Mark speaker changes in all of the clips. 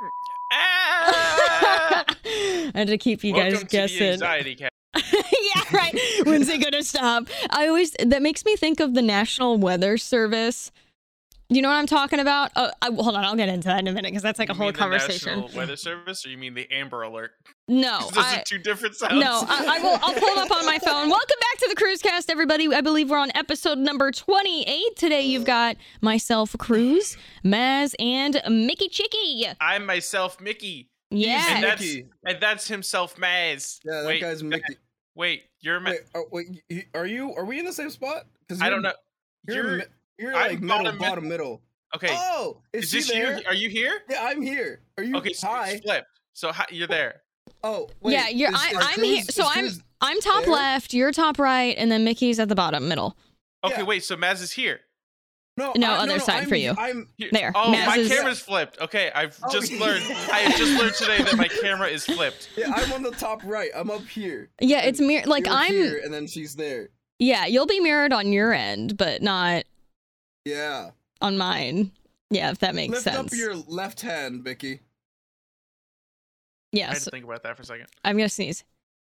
Speaker 1: Ah!
Speaker 2: and to keep you
Speaker 1: Welcome
Speaker 2: guys
Speaker 1: to the
Speaker 2: guessing.
Speaker 1: anxiety cat.
Speaker 2: yeah, right. When's it gonna stop? I always that makes me think of the National Weather Service. You know what I'm talking about? Oh, I, hold on, I'll get into that in a minute because that's like a
Speaker 1: You
Speaker 2: whole
Speaker 1: mean the
Speaker 2: conversation.
Speaker 1: National Weather Service, or you mean the Amber Alert?
Speaker 2: No,
Speaker 1: Those
Speaker 2: I,
Speaker 1: are two different sounds.
Speaker 2: no, uh, I, I will. I'll pull it up on my phone. Welcome back to the Cruise Cast, everybody. I believe we're on episode number 28 today. You've got myself, Cruz, Maz, and Mickey Chicky.
Speaker 1: I'm myself, Mickey, and
Speaker 2: Yeah,
Speaker 1: that's
Speaker 3: Mickey.
Speaker 1: and that's himself, Maz.
Speaker 3: Yeah, that
Speaker 1: wait,
Speaker 3: guy's Mickey.
Speaker 1: wait, you're Ma-
Speaker 3: Wait, oh, wait, y- y- are you? Are we in the same spot? 'Cause
Speaker 1: I
Speaker 3: you're-
Speaker 1: don't know.
Speaker 3: You're
Speaker 1: You're-
Speaker 3: mi- you're
Speaker 1: I'm
Speaker 3: like middle,
Speaker 1: bottom
Speaker 3: bottom, middle.
Speaker 1: Okay,
Speaker 3: Oh, is,
Speaker 1: is
Speaker 3: she
Speaker 1: this
Speaker 3: there?
Speaker 1: you? Are you here?
Speaker 3: Yeah, I'm here. Are you?
Speaker 1: Okay, so
Speaker 3: hi.
Speaker 1: it's flipped. So hi, you're there.
Speaker 3: Oh, wait,
Speaker 2: Yeah, you're-
Speaker 3: is-
Speaker 2: I-
Speaker 3: is
Speaker 2: I'm here-
Speaker 3: Cruz-
Speaker 2: so
Speaker 3: is
Speaker 2: I'm-
Speaker 3: Cruz-
Speaker 2: I'm top
Speaker 3: There?
Speaker 2: left, you're top right, and then Mickey's at the bottom middle.
Speaker 1: Okay,
Speaker 3: Yeah.
Speaker 1: wait. So Maz is here.
Speaker 3: no,
Speaker 2: no,
Speaker 3: I-
Speaker 2: other side
Speaker 3: I'm-
Speaker 2: for you.
Speaker 3: I'm.
Speaker 1: Here-
Speaker 2: There,
Speaker 1: Oh, my
Speaker 2: Maz is-
Speaker 1: camera's flipped. Okay, I've
Speaker 3: Oh,
Speaker 1: just
Speaker 3: yeah.
Speaker 1: learned. I have just learned today that my camera is flipped.
Speaker 3: Yeah, I'm on the top right. I'm up here.
Speaker 2: Yeah, it's mir- like
Speaker 3: You're
Speaker 2: I'm.
Speaker 3: here, and then she's there.
Speaker 2: Yeah, you'll be mirrored on your end, but not
Speaker 3: Yeah.
Speaker 2: on mine. Yeah, if that makes
Speaker 3: Lift
Speaker 2: sense.
Speaker 3: up your left hand, Mickey.
Speaker 1: I had
Speaker 2: yes,
Speaker 1: to think about that for a second.
Speaker 2: I'm gonna sneeze.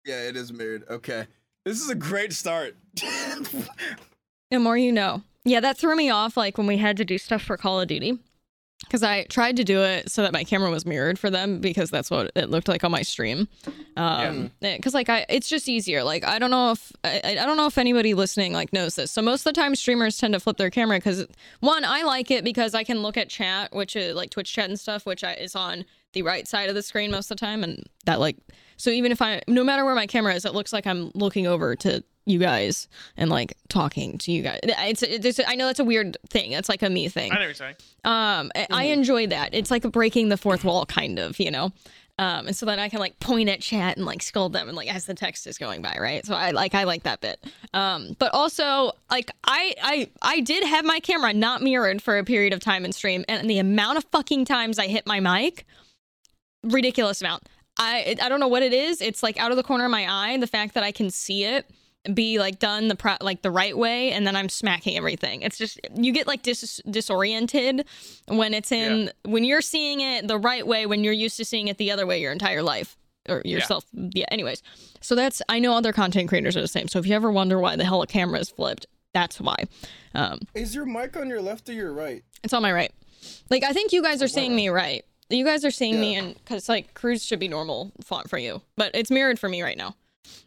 Speaker 3: Yeah, it is mirrored. Okay. This is a great start.
Speaker 2: The more you know. Yeah, that threw me off. Like when we had to do stuff for Call of Duty, because I tried to do it so that my camera was mirrored for them because that's what it looked like on my stream. Um, because like I, it's just easier. Like I don't know if I, I I don't know if anybody listening like knows this. So most of the time, streamers tend to flip their camera because one, I like it because I can look at chat, which is like Twitch chat and stuff, which I, is on the right side of the screen most of the time, and that like so even if I no matter where my camera is, it looks like I'm looking over to you guys and like talking to you guys. It's, it's I know that's a weird thing. It's like a me thing.
Speaker 1: I know what you're saying.
Speaker 2: Um, I I enjoy that. It's like breaking the fourth wall, kind of, you know. Um, and so then I can like point at chat and like scold them and like as the text is going by, right? So I like I like that bit. Um, but also like I I I did have my camera not mirrored for a period of time in stream, and the amount of fucking times I hit my mic, ridiculous amount. I I don't know what it is. It's like out of the corner of my eye, the fact that I can see it be like done the pro- like the right way and then I'm smacking everything. It's just you get like dis- disoriented when it's in when you're seeing it the right way when you're used to seeing it the other way your entire life or yourself. Yeah, anyways. So that's I know other content creators are the same. So if you ever wonder why the hell a camera is flipped, that's why. Um
Speaker 3: is your mic on your left or your right?
Speaker 2: it's on my right. Like I think you guys are seeing me right. You guys are seeing me and cuz like cruise should be normal font for you, but it's mirrored for me right now.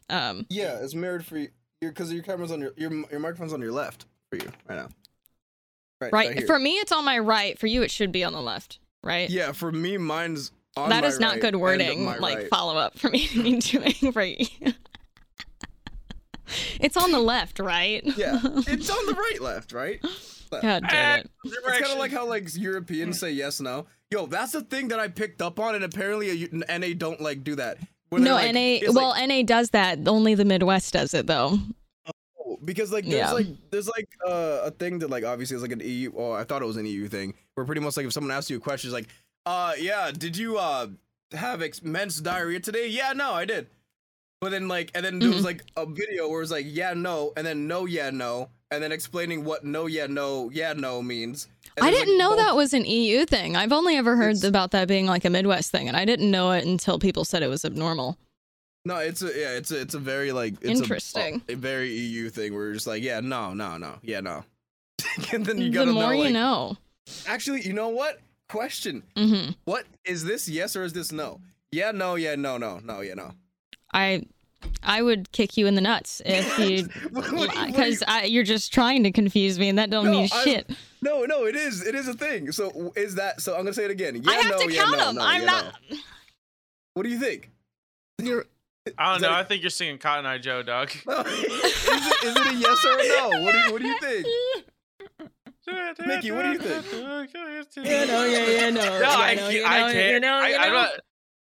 Speaker 2: Um
Speaker 3: Yeah, it's mirrored for you because your camera's on your your your microphone's on your left for you right now.
Speaker 2: right
Speaker 3: here.
Speaker 2: for me it's on my right, for you it should be on the left, right?
Speaker 3: yeah, for me, mine's on
Speaker 2: that
Speaker 3: my
Speaker 2: is not
Speaker 3: right
Speaker 2: good
Speaker 3: and
Speaker 2: wording.
Speaker 3: my
Speaker 2: Like
Speaker 3: right.
Speaker 2: follow up for me to be doing for you. it's on the left, right?
Speaker 3: yeah, Eh. it's on the right, left, right.
Speaker 2: God
Speaker 1: Ah,
Speaker 2: damn it.
Speaker 3: It's kind of like how like Europeans say yes, no. Yo, that's the thing that I picked up on, and apparently a U- an NA don't like do that. Where they're
Speaker 2: No,
Speaker 3: like-
Speaker 2: NA.
Speaker 3: it's like-
Speaker 2: Well, NA does that. Only the Midwest does it, though.
Speaker 3: Oh, because like there's
Speaker 2: Yeah.
Speaker 3: like there's like uh, a thing that like obviously is like an EU or I thought it was an EU thing where pretty much like if someone asks you a question it's like uh yeah did you uh have ex- men's diarrhea today yeah no I did but then like and then there
Speaker 2: Mm-hmm.
Speaker 3: was like a video where it was like yeah no and then no yeah no and then explaining what no yeah no yeah no means And
Speaker 2: I
Speaker 3: there's,
Speaker 2: didn't
Speaker 3: like,
Speaker 2: know
Speaker 3: both-
Speaker 2: that was an EU thing. I've only ever heard
Speaker 3: It's-
Speaker 2: about that being like a Midwest thing, and I didn't know it until people said it was abnormal.
Speaker 3: no it's a yeah it's a it's a very like it's a-
Speaker 2: Interesting.
Speaker 3: a, very EU thing where you're just like yeah no no no yeah no and then you
Speaker 2: The
Speaker 3: gotta
Speaker 2: more
Speaker 3: know,
Speaker 2: you
Speaker 3: like,
Speaker 2: know.
Speaker 3: actually you know what question
Speaker 2: hmm
Speaker 3: What is this yes or is this no? Yeah, no, yeah, no, no, no, yeah, no.
Speaker 2: I, I would kick you in the nuts if you.
Speaker 3: What- what do you- what do
Speaker 2: Because
Speaker 3: you-
Speaker 2: you're just trying to confuse me, and that don't
Speaker 3: No,
Speaker 2: mean
Speaker 3: I'm-
Speaker 2: shit.
Speaker 3: no, no, it is, it is a thing. So is that? So I'm gonna say it again. Yeah,
Speaker 2: I have
Speaker 3: no,
Speaker 2: to
Speaker 3: yeah,
Speaker 2: count
Speaker 3: no,
Speaker 2: them.
Speaker 3: no,
Speaker 2: I'm
Speaker 3: yeah,
Speaker 2: not.
Speaker 3: no. What do you think?
Speaker 2: You're,
Speaker 1: I
Speaker 3: Is
Speaker 1: don't
Speaker 3: that
Speaker 1: know.
Speaker 3: a-
Speaker 1: I think you're singing Cotton Eye Joe, dog.
Speaker 3: No. is, it, is it a yes or a no? What do you, what do you think?
Speaker 1: Mickey,
Speaker 3: what do you think?
Speaker 2: Yeah, no, yeah, yeah, no.
Speaker 1: No,
Speaker 2: yeah,
Speaker 1: I
Speaker 2: no,
Speaker 1: can't.
Speaker 2: you know,
Speaker 1: I
Speaker 2: you
Speaker 1: can't.
Speaker 2: know,
Speaker 1: I,
Speaker 2: you
Speaker 1: I'm
Speaker 2: know.
Speaker 1: not.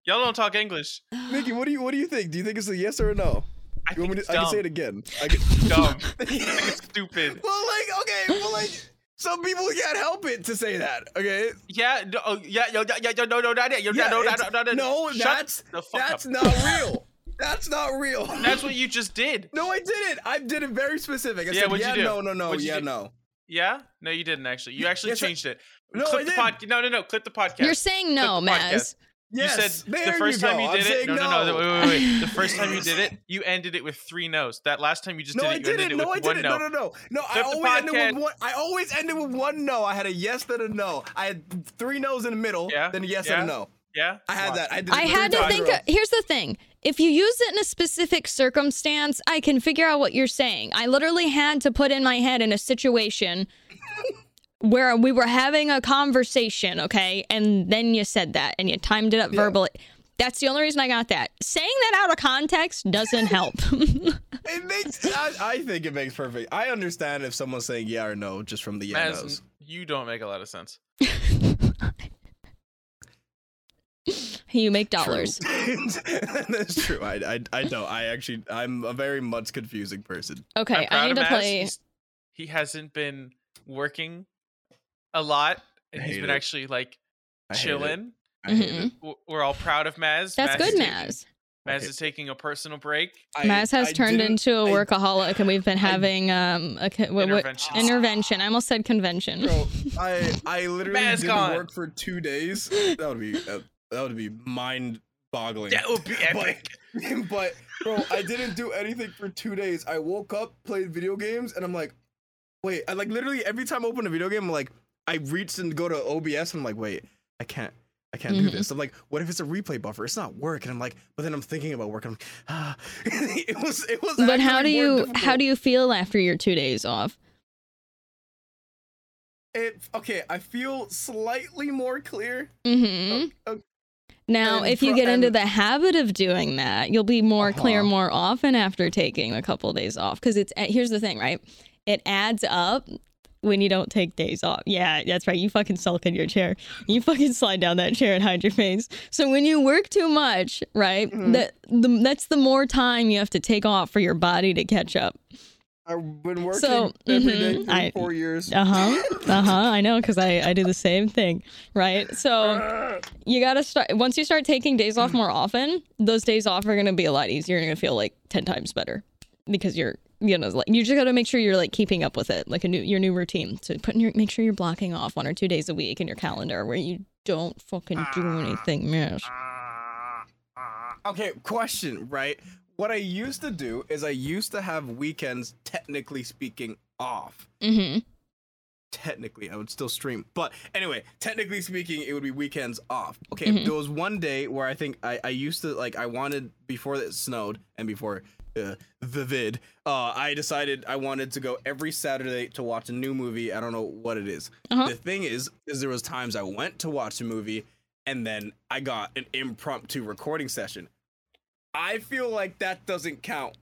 Speaker 1: Y'all don't talk English.
Speaker 3: Mickey, what do you what do you think? Do you think it's a yes or a no?
Speaker 1: I
Speaker 3: You
Speaker 1: think
Speaker 3: want me
Speaker 1: it's
Speaker 3: to, I can
Speaker 1: dumb.
Speaker 3: say it again. I can,
Speaker 1: dumb. I think it's stupid.
Speaker 3: well, like okay, well, like some people can't help it to say that. Okay,
Speaker 1: Yeah. No. oh, Yeah. Yo. Yeah. Yo. No. No. No. No.
Speaker 3: Yeah,
Speaker 1: No. No.
Speaker 3: it's-
Speaker 1: No. No.
Speaker 3: no,
Speaker 1: Shut
Speaker 3: that's
Speaker 1: the fuck
Speaker 3: that's
Speaker 1: up.
Speaker 3: not real. That's not real.
Speaker 1: That's what you just did.
Speaker 3: No, I didn't. I did it very specific. I
Speaker 1: Yeah,
Speaker 3: said,
Speaker 1: what'd you
Speaker 3: yeah,
Speaker 1: do?
Speaker 3: no, no, no,
Speaker 1: What'd you
Speaker 3: yeah,
Speaker 1: do?
Speaker 3: no.
Speaker 1: Yeah? No, you didn't actually. You actually
Speaker 3: Yes, I-
Speaker 1: changed it.
Speaker 3: No,
Speaker 1: clip
Speaker 3: I
Speaker 1: the pod- No, no, no. Clip the podcast.
Speaker 2: You're saying no,
Speaker 1: the podcast.
Speaker 2: Maz.
Speaker 3: Yes,
Speaker 1: you said
Speaker 3: there
Speaker 1: the first
Speaker 3: you
Speaker 1: time
Speaker 3: go.
Speaker 1: you
Speaker 3: I'm
Speaker 1: did it.
Speaker 3: saying
Speaker 1: No, no, no. Wait,
Speaker 3: no.
Speaker 1: wait, wait. The first time you did it, you ended it with three no's. That last time you just
Speaker 3: No,
Speaker 1: did
Speaker 3: I
Speaker 1: it, you ended
Speaker 3: didn't.
Speaker 1: it
Speaker 3: No, I
Speaker 1: with one
Speaker 3: didn't.
Speaker 1: no.
Speaker 3: No, no, no. No, I
Speaker 1: Flip the
Speaker 3: always ended
Speaker 1: podcast.
Speaker 3: with one. I always ended with one no. I had a yes, then a no. I had three no's in the middle,
Speaker 1: Yeah,
Speaker 3: then a yes
Speaker 1: yeah.
Speaker 3: and a no.
Speaker 1: Yeah.
Speaker 3: I had
Speaker 1: Wow.
Speaker 3: that. I did. it
Speaker 2: I
Speaker 3: three
Speaker 2: had to
Speaker 3: times in
Speaker 2: think.
Speaker 3: a row.
Speaker 2: Of, here's the thing: if you use it in a specific circumstance, I can figure out what you're saying. I literally had to put in my head in a situation where we were having a conversation, okay, and then you said that and you timed it up verbally. That's the only reason I got that. Saying that out of context doesn't help.
Speaker 3: It makes. I, I think it makes perfect. I understand if someone's saying yeah or no just from the yeah
Speaker 1: Maz,
Speaker 3: no's.
Speaker 1: you don't make a lot of sense.
Speaker 2: you make dollars.
Speaker 3: That's true. I, I I don't. I actually I'm a very much confusing person.
Speaker 1: I'm
Speaker 2: Okay, I
Speaker 1: proud
Speaker 2: need
Speaker 1: of
Speaker 2: to
Speaker 1: Maz.
Speaker 2: play.
Speaker 1: He's- He hasn't been working a lot, and
Speaker 3: I
Speaker 1: he's
Speaker 3: hate
Speaker 1: been
Speaker 3: it.
Speaker 1: actually like
Speaker 3: I hate it.
Speaker 1: chilling.
Speaker 3: I hate it.
Speaker 2: Mhm.
Speaker 1: W- We're all proud of Maz.
Speaker 2: That's
Speaker 1: Maz
Speaker 2: good,
Speaker 1: is taking-
Speaker 2: Maz.
Speaker 1: Maz
Speaker 3: Okay.
Speaker 1: is taking a personal break.
Speaker 3: I-
Speaker 2: Maz has
Speaker 3: I
Speaker 2: turned
Speaker 3: didn't-
Speaker 2: into a
Speaker 3: I-
Speaker 2: workaholic, and we've been having um a co- what, what-
Speaker 1: Interventions.
Speaker 2: intervention. I almost said convention.
Speaker 3: Bro, I I literally
Speaker 1: Maz
Speaker 3: didn't
Speaker 1: gone.
Speaker 3: work for two days. That would be that, that would be mind boggling.
Speaker 1: That would be epic.
Speaker 3: But, but bro, I didn't do anything for two days. I woke up, played video games, and I'm like, wait. I like literally every time I open a video game, I'm like, I reach and go to OBS. And I'm like, wait, I can't. I can't do
Speaker 2: Mhm.
Speaker 3: this. I'm like, what if it's a replay buffer? It's not work. And I'm like, but then I'm thinking about work. And I'm, ah. it was, it was.
Speaker 2: But how do
Speaker 3: actually
Speaker 2: you
Speaker 3: more
Speaker 2: how
Speaker 3: difficult.
Speaker 2: do you feel after your two days off?
Speaker 3: It, okay, I feel slightly more clear.
Speaker 2: hmm
Speaker 3: Okay.
Speaker 2: Now,
Speaker 3: Oh, And
Speaker 2: if you
Speaker 3: pro-
Speaker 2: get into
Speaker 3: and-
Speaker 2: the habit of doing that, you'll be more clear
Speaker 3: Uh-huh.
Speaker 2: more often after taking a couple days off. Because it's eh, here's the thing, right? It adds up when you don't take days off. Yeah, that's right. You fucking sulk in your chair. You fucking slide down that chair and hide your face. So when you work too much, right?
Speaker 3: Mhm.
Speaker 2: That the, that's the more time you have to take off for your body to catch up.
Speaker 3: I've been working
Speaker 2: So,
Speaker 3: every day
Speaker 2: mhm,
Speaker 3: for
Speaker 2: I-
Speaker 3: four years.
Speaker 2: Uh huh. Uh huh. I know because I I do the same thing, right? So you gotta start once you start taking days off more often. Those days off are gonna be a lot easier. You're gonna feel like ten times better because you're you know like you just gotta make sure you're like keeping up with it, like a new your new routine. So putting your make sure you're blocking off one or two days a week in your calendar where you don't fucking do anything, miss.
Speaker 3: Okay, question, right? What I used to do is I used to have weekends, technically speaking, off.
Speaker 2: Mm-hmm.
Speaker 3: Technically, I would still stream. But anyway, technically speaking, it would be weekends off. Okay,
Speaker 2: Mhm.
Speaker 3: there was one day where I think I, I used to, like, I wanted, before it snowed and before uh, the vid, uh, I decided I wanted to go every Saturday to watch a new movie. I don't know what it is.
Speaker 2: Uh-huh.
Speaker 3: The thing is, is there was times I went to watch a movie and then I got an impromptu recording session. I feel like that doesn't count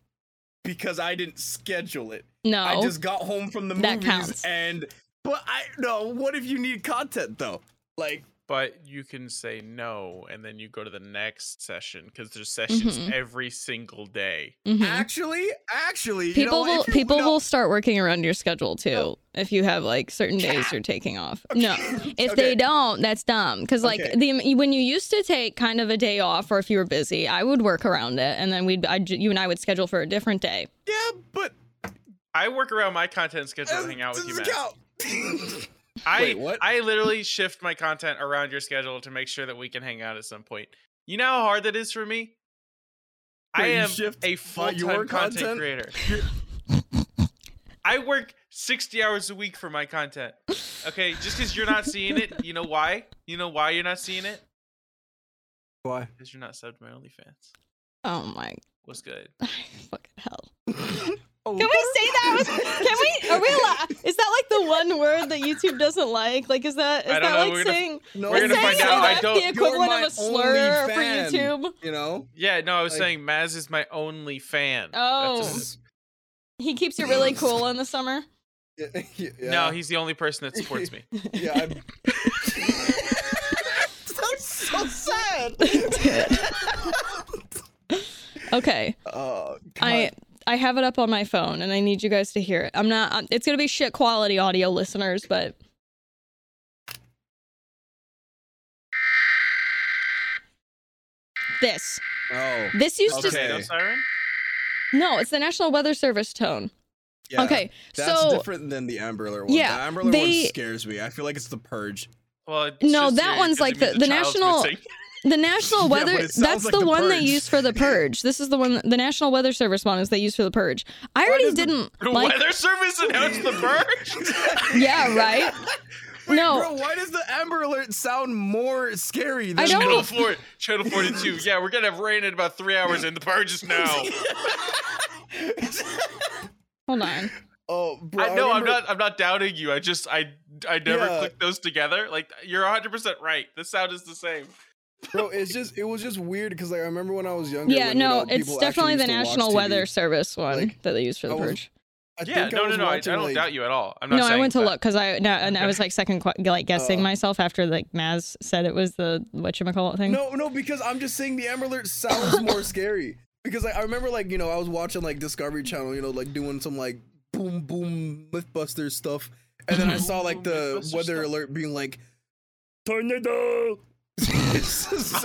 Speaker 3: because I didn't schedule it. I
Speaker 2: No.
Speaker 3: just got home from the
Speaker 2: That
Speaker 3: movies
Speaker 2: counts.
Speaker 3: and but I no, what if you need content though? Like
Speaker 1: But you can say no, and then you go to the next session because there's sessions
Speaker 2: Mhm.
Speaker 1: every single day.
Speaker 2: Mhm.
Speaker 3: actually, actually you know
Speaker 2: People
Speaker 3: what, if
Speaker 2: will
Speaker 3: you-
Speaker 2: people
Speaker 3: no,
Speaker 2: will start working around your schedule too if you have like certain days you're taking off. No, if they
Speaker 3: Okay.
Speaker 2: don't, that's dumb. Because like
Speaker 3: Okay.
Speaker 2: the when you used to take kind of a day off or if you were busy, I would work around it, and then we'd I, you and I would schedule for a different day.
Speaker 3: Yeah, but
Speaker 1: I work around my content schedule
Speaker 3: uh,
Speaker 1: to hang out with you,
Speaker 3: doesn't
Speaker 1: Matt.
Speaker 3: count.
Speaker 1: I
Speaker 3: Wait, what?
Speaker 1: I literally shift my content around your schedule to make sure that we can hang out at some point. You know how hard that is for me. I
Speaker 3: Wait, you
Speaker 1: am
Speaker 3: shift
Speaker 1: a
Speaker 3: by
Speaker 1: full
Speaker 3: your
Speaker 1: time content,
Speaker 3: content?
Speaker 1: creator. I work sixty hours a week for my content. Okay, just because you're not seeing it, you know why? You know why you're not seeing it?
Speaker 3: Why?
Speaker 1: Because you're not subbed to my OnlyFans.
Speaker 2: Oh my
Speaker 1: What's good?
Speaker 2: fucking hell!
Speaker 3: Oh,
Speaker 2: Can we say that? Was, can we? Are we? Allo- is that like the one word that YouTube doesn't like? Like is that is
Speaker 1: I
Speaker 2: that
Speaker 1: don't know,
Speaker 2: like
Speaker 1: we're gonna-
Speaker 2: saying
Speaker 3: No,
Speaker 1: We're
Speaker 2: is
Speaker 1: gonna
Speaker 2: saying
Speaker 1: find out. I
Speaker 2: that
Speaker 1: don't-
Speaker 2: the
Speaker 1: You're
Speaker 2: equivalent of
Speaker 3: my
Speaker 2: a slur
Speaker 3: only
Speaker 2: for
Speaker 3: fan.
Speaker 2: YouTube?
Speaker 3: you know
Speaker 1: Yeah, no, I was
Speaker 3: Like-
Speaker 1: saying Maz is my only fan.
Speaker 2: Oh. He keeps you really cool in the summer.
Speaker 3: Yeah, yeah,
Speaker 1: No, he's the only person that supports me.
Speaker 3: yeah. I'm... That's so sad.
Speaker 2: Okay.
Speaker 3: Oh,
Speaker 2: I
Speaker 3: God.
Speaker 2: I have it up on my phone and I need you guys to hear it. I'm not um, it's going to be shit quality audio listeners, but this
Speaker 3: Oh.
Speaker 2: this used
Speaker 1: Potato
Speaker 3: Okay.
Speaker 1: siren?
Speaker 2: to No, it's the National Weather Service tone.
Speaker 3: Yeah,
Speaker 2: okay,
Speaker 3: That's
Speaker 2: so
Speaker 3: different than the Amber Alert one.
Speaker 2: yeah,
Speaker 3: the Amber Alert
Speaker 2: they-
Speaker 3: one scares me. I feel like it's the purge.
Speaker 1: Well, it's
Speaker 2: No,
Speaker 1: just
Speaker 2: that
Speaker 1: it
Speaker 2: one's
Speaker 1: doesn't mean
Speaker 2: like the- the
Speaker 1: child's
Speaker 2: national-
Speaker 1: missing.
Speaker 2: The National
Speaker 3: Yeah, but
Speaker 2: Weather
Speaker 3: it sounds
Speaker 2: that's
Speaker 3: like
Speaker 2: the,
Speaker 3: the
Speaker 2: one they
Speaker 3: purge.
Speaker 2: use for the purge. This is the one the National Weather Service one is they use for the purge. I already
Speaker 3: does the-
Speaker 2: didn't
Speaker 1: The
Speaker 2: like
Speaker 1: weather service announced the purge.
Speaker 2: Yeah, right?
Speaker 3: Wait,
Speaker 2: No.
Speaker 3: bro, why does the Amber Alert sound more scary? Than
Speaker 2: I don't-
Speaker 1: Channel four, Channel forty-two. Yeah, we're gonna have rain in about three hours, and the purge is now.
Speaker 2: Hold on.
Speaker 3: Oh, bro,
Speaker 1: I know I'm
Speaker 3: remember-
Speaker 1: not. I'm not doubting you. I just I I never
Speaker 3: Yeah.
Speaker 1: clicked those together. Like you're 100 percent right. The sound is the same.
Speaker 3: Bro, it's just it was just weird because like I remember when I was younger.
Speaker 2: Yeah,
Speaker 3: when, you
Speaker 2: no,
Speaker 3: know,
Speaker 2: it's
Speaker 3: people
Speaker 2: definitely the
Speaker 3: actually used to watch
Speaker 2: National
Speaker 3: TV.
Speaker 2: Weather Service one
Speaker 3: Like,
Speaker 2: that they use for the
Speaker 3: I was-
Speaker 2: purge.
Speaker 3: I
Speaker 1: yeah,
Speaker 3: think
Speaker 1: no,
Speaker 3: I
Speaker 1: no,
Speaker 3: was
Speaker 1: no. I, I
Speaker 3: watching,
Speaker 1: don't
Speaker 3: like-
Speaker 1: doubt you at all. I'm not.
Speaker 2: No, I
Speaker 1: saying
Speaker 2: went to
Speaker 1: that.
Speaker 2: look because I no, and I
Speaker 1: Okay.
Speaker 2: was like second qu- like guessing
Speaker 3: Uh,
Speaker 2: myself after like Maz said it was the what you call it thing.
Speaker 3: No, no, because I'm just saying the Amber Alert sounds more scary. Because like, I remember, like you know, I was watching like Discovery Channel, you know, like doing some like boom boom MythBusters stuff, and then I saw like the
Speaker 1: Mythbusters
Speaker 3: weather
Speaker 1: stuff.
Speaker 3: alert being like tornado. so,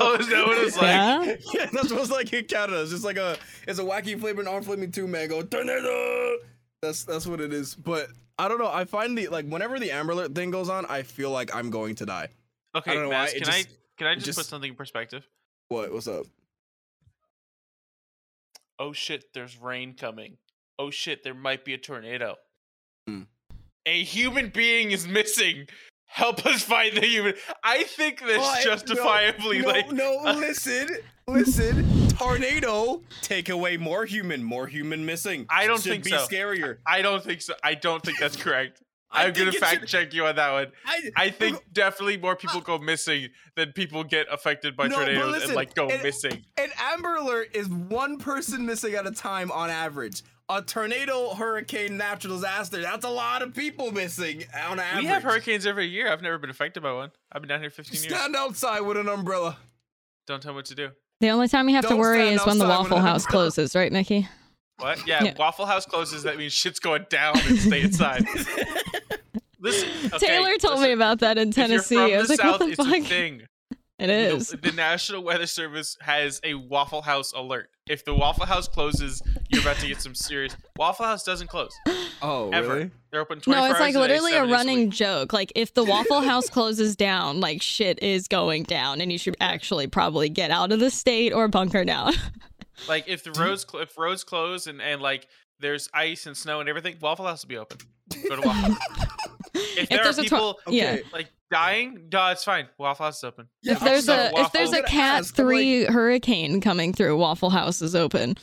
Speaker 1: Oh, is that what it's like?
Speaker 2: yeah,
Speaker 3: yeah, that's what it's like in Canada. It's just like a it's a wacky flavored arm flaming two mango tornado. That's that's what it is. But I don't know. I find the like whenever the Amber Alert thing goes on, I feel like I'm going to die.
Speaker 1: Okay,
Speaker 3: I don't know why,
Speaker 1: Maz,
Speaker 3: it
Speaker 1: can I
Speaker 3: just-
Speaker 1: can I just, put
Speaker 3: just-
Speaker 1: something in perspective?
Speaker 3: What? What's up?
Speaker 1: Oh shit, there's rain coming. Oh shit, there might be a tornado.
Speaker 3: Hmm.
Speaker 1: A human being is missing. Help us find the human. I think this
Speaker 3: Oh, I- no,
Speaker 1: justifiably
Speaker 3: no,
Speaker 1: like
Speaker 3: no, listen, listen. Tornado, take away more human, more human missing.
Speaker 1: I don't
Speaker 3: Should
Speaker 1: think
Speaker 3: be
Speaker 1: so.
Speaker 3: scarier.
Speaker 1: I don't think so. I don't think that's correct.
Speaker 3: I
Speaker 1: I'm gonna
Speaker 3: think it
Speaker 1: fact
Speaker 3: should-
Speaker 1: check you on that one.
Speaker 3: I,
Speaker 1: I think definitely more people go missing than people get affected by
Speaker 3: No, but
Speaker 1: tornadoes and
Speaker 3: listen,
Speaker 1: like go
Speaker 3: and-
Speaker 1: missing.
Speaker 3: an Amber Alert is one person missing at a time on average. A tornado, hurricane, natural disaster. That's a lot of people missing on average.
Speaker 1: We have hurricanes every year. I've never been affected by one. I've been down here 15 years.
Speaker 3: Stand outside with an umbrella.
Speaker 1: Don't tell me what to do.
Speaker 2: the only time you have to
Speaker 3: Don't
Speaker 2: worry
Speaker 3: stand
Speaker 2: is when the
Speaker 3: outside
Speaker 2: Waffle
Speaker 3: when
Speaker 2: House closes, right, Nikki?
Speaker 1: What? Yeah,
Speaker 2: Yeah.
Speaker 1: Waffle House closes. That means shit's going down and stay inside. listen, okay,
Speaker 2: Taylor told me
Speaker 1: listen,
Speaker 2: about that in
Speaker 1: if you're
Speaker 2: Tennessee.
Speaker 1: from
Speaker 2: I was
Speaker 1: the
Speaker 2: like,
Speaker 1: South,
Speaker 2: what the
Speaker 1: it's a
Speaker 2: fuck?
Speaker 1: thing.
Speaker 2: It
Speaker 1: The-
Speaker 2: is.
Speaker 1: The, National Weather Service has a Waffle House alert. If the Waffle House closes, you're about to get some serious. Waffle House doesn't close
Speaker 3: Oh,
Speaker 1: ever. They're open 24
Speaker 2: No, it's
Speaker 1: hours
Speaker 2: like
Speaker 1: a day,
Speaker 2: literally a
Speaker 1: seven days
Speaker 2: running
Speaker 1: week.
Speaker 2: joke. Like if the Waffle House closes down, like shit is going down, and you should actually probably get out of the state or bunker down.
Speaker 1: Like if the roads cl- if roads close and and like there's ice and snow and everything, Waffle House will be open. Go to Waffle. House. if there are
Speaker 2: there's a tor-
Speaker 1: people
Speaker 2: Yeah.
Speaker 1: like dying, no, it's fine. Waffle House is open.
Speaker 3: Yeah,
Speaker 2: if there's
Speaker 1: I'm
Speaker 2: a
Speaker 1: just
Speaker 2: if there's a
Speaker 1: waffling.
Speaker 3: I'm gonna
Speaker 2: Cat
Speaker 3: ask, I'm like-
Speaker 2: Three hurricane coming through, Waffle House is open.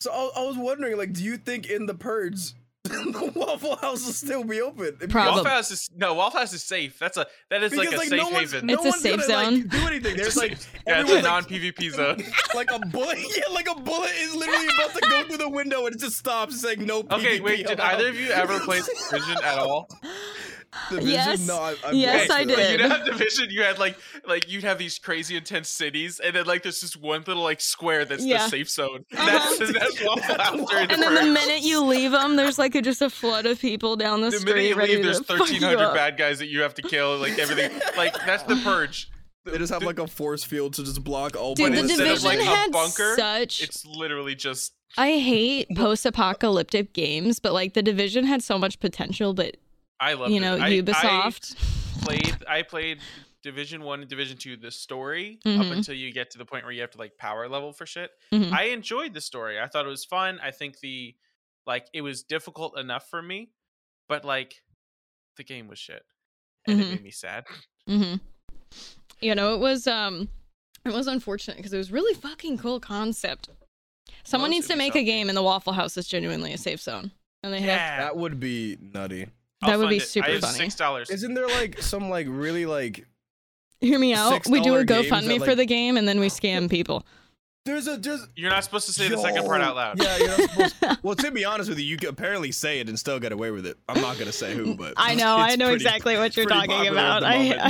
Speaker 3: So I, I was wondering, like, do you think in the purge the Waffle House will still be open? Because-
Speaker 2: Probably.
Speaker 1: Waffle House is no Waffle House is safe. That's a that is
Speaker 3: Because
Speaker 1: like a
Speaker 3: like,
Speaker 1: safe
Speaker 3: no one's,
Speaker 1: haven.
Speaker 3: no
Speaker 2: It's a
Speaker 3: one's
Speaker 2: safe
Speaker 3: gonna,
Speaker 2: zone.
Speaker 3: Like, do anything? There's
Speaker 1: It's a
Speaker 3: like
Speaker 1: safe- yeah, it's a
Speaker 3: everyone's,
Speaker 1: non
Speaker 3: like,
Speaker 1: PvP zone.
Speaker 3: like a bullet. Yeah, like a bullet is literally about to go through the window and it just stops. It's like no.
Speaker 1: Okay,
Speaker 3: PvP
Speaker 1: wait. Did
Speaker 3: allowed.
Speaker 1: either of you ever play Division at all?
Speaker 3: The
Speaker 2: Yes.
Speaker 3: No, I, I
Speaker 2: Yes, I did.
Speaker 1: You'd have Division. You had like like you'd have these crazy intense cities, and then like there's just one little like square that's
Speaker 2: Yeah.
Speaker 1: the safe zone.
Speaker 2: Uh-huh.
Speaker 1: That's that's Waffle House during the
Speaker 2: And then the
Speaker 1: purge.
Speaker 2: minute you leave them, there's like a, just a flood of people down the,
Speaker 1: the minute
Speaker 2: street
Speaker 1: you
Speaker 2: ready
Speaker 1: leave, there's
Speaker 2: to fuck you
Speaker 1: 1,300
Speaker 2: up.
Speaker 1: bad guys that you have to kill. Like everything, like that's the purge.
Speaker 3: They just have like a force field to just block all.
Speaker 2: Dude,
Speaker 1: But
Speaker 2: the
Speaker 1: instead of,
Speaker 2: division
Speaker 1: like, a
Speaker 2: had
Speaker 1: bunker,
Speaker 2: such
Speaker 1: It's literally just
Speaker 2: I hate post-apocalyptic games, but like the division had so much potential, but
Speaker 1: I love
Speaker 2: you know,
Speaker 1: I,
Speaker 2: Ubisoft.
Speaker 1: I played I played Division One and Division Two the story
Speaker 2: Mhm.
Speaker 1: up until you get to the point where you have to like power level for shit.
Speaker 2: Mhm.
Speaker 1: I enjoyed the story. I thought it was fun. I think the like it was difficult enough for me, but like the game was shit. And
Speaker 2: Mhm.
Speaker 1: it made me sad.
Speaker 2: hmm You know, it was um, it was unfortunate because it was really fucking cool concept. Someone
Speaker 1: Most
Speaker 2: needs to make a
Speaker 1: Ubisoft
Speaker 2: game, and the Waffle House is genuinely a safe zone, and they have
Speaker 1: Yeah.
Speaker 3: That would be nutty.
Speaker 1: I'll
Speaker 2: that would be
Speaker 1: fund it.
Speaker 2: super
Speaker 1: I have
Speaker 2: funny.
Speaker 1: Six dollars.
Speaker 3: Isn't there like some like really like
Speaker 2: hear me out. We do a
Speaker 3: $6 games that,
Speaker 2: GoFundMe for
Speaker 3: like-
Speaker 2: the game, and then we scam people.
Speaker 3: there's a there's
Speaker 1: You're not supposed to say the second part
Speaker 3: Yo.
Speaker 1: out loud.
Speaker 3: Yeah, you're not supposed. well, to be honest with you, you could apparently say it and still get away with it. I'm not gonna say who, but
Speaker 2: I know, I
Speaker 3: it's
Speaker 2: know
Speaker 3: pretty-
Speaker 2: exactly what you're
Speaker 3: pretty
Speaker 2: talking
Speaker 3: popular at
Speaker 2: about.
Speaker 3: the
Speaker 2: I,
Speaker 3: moment.
Speaker 2: I,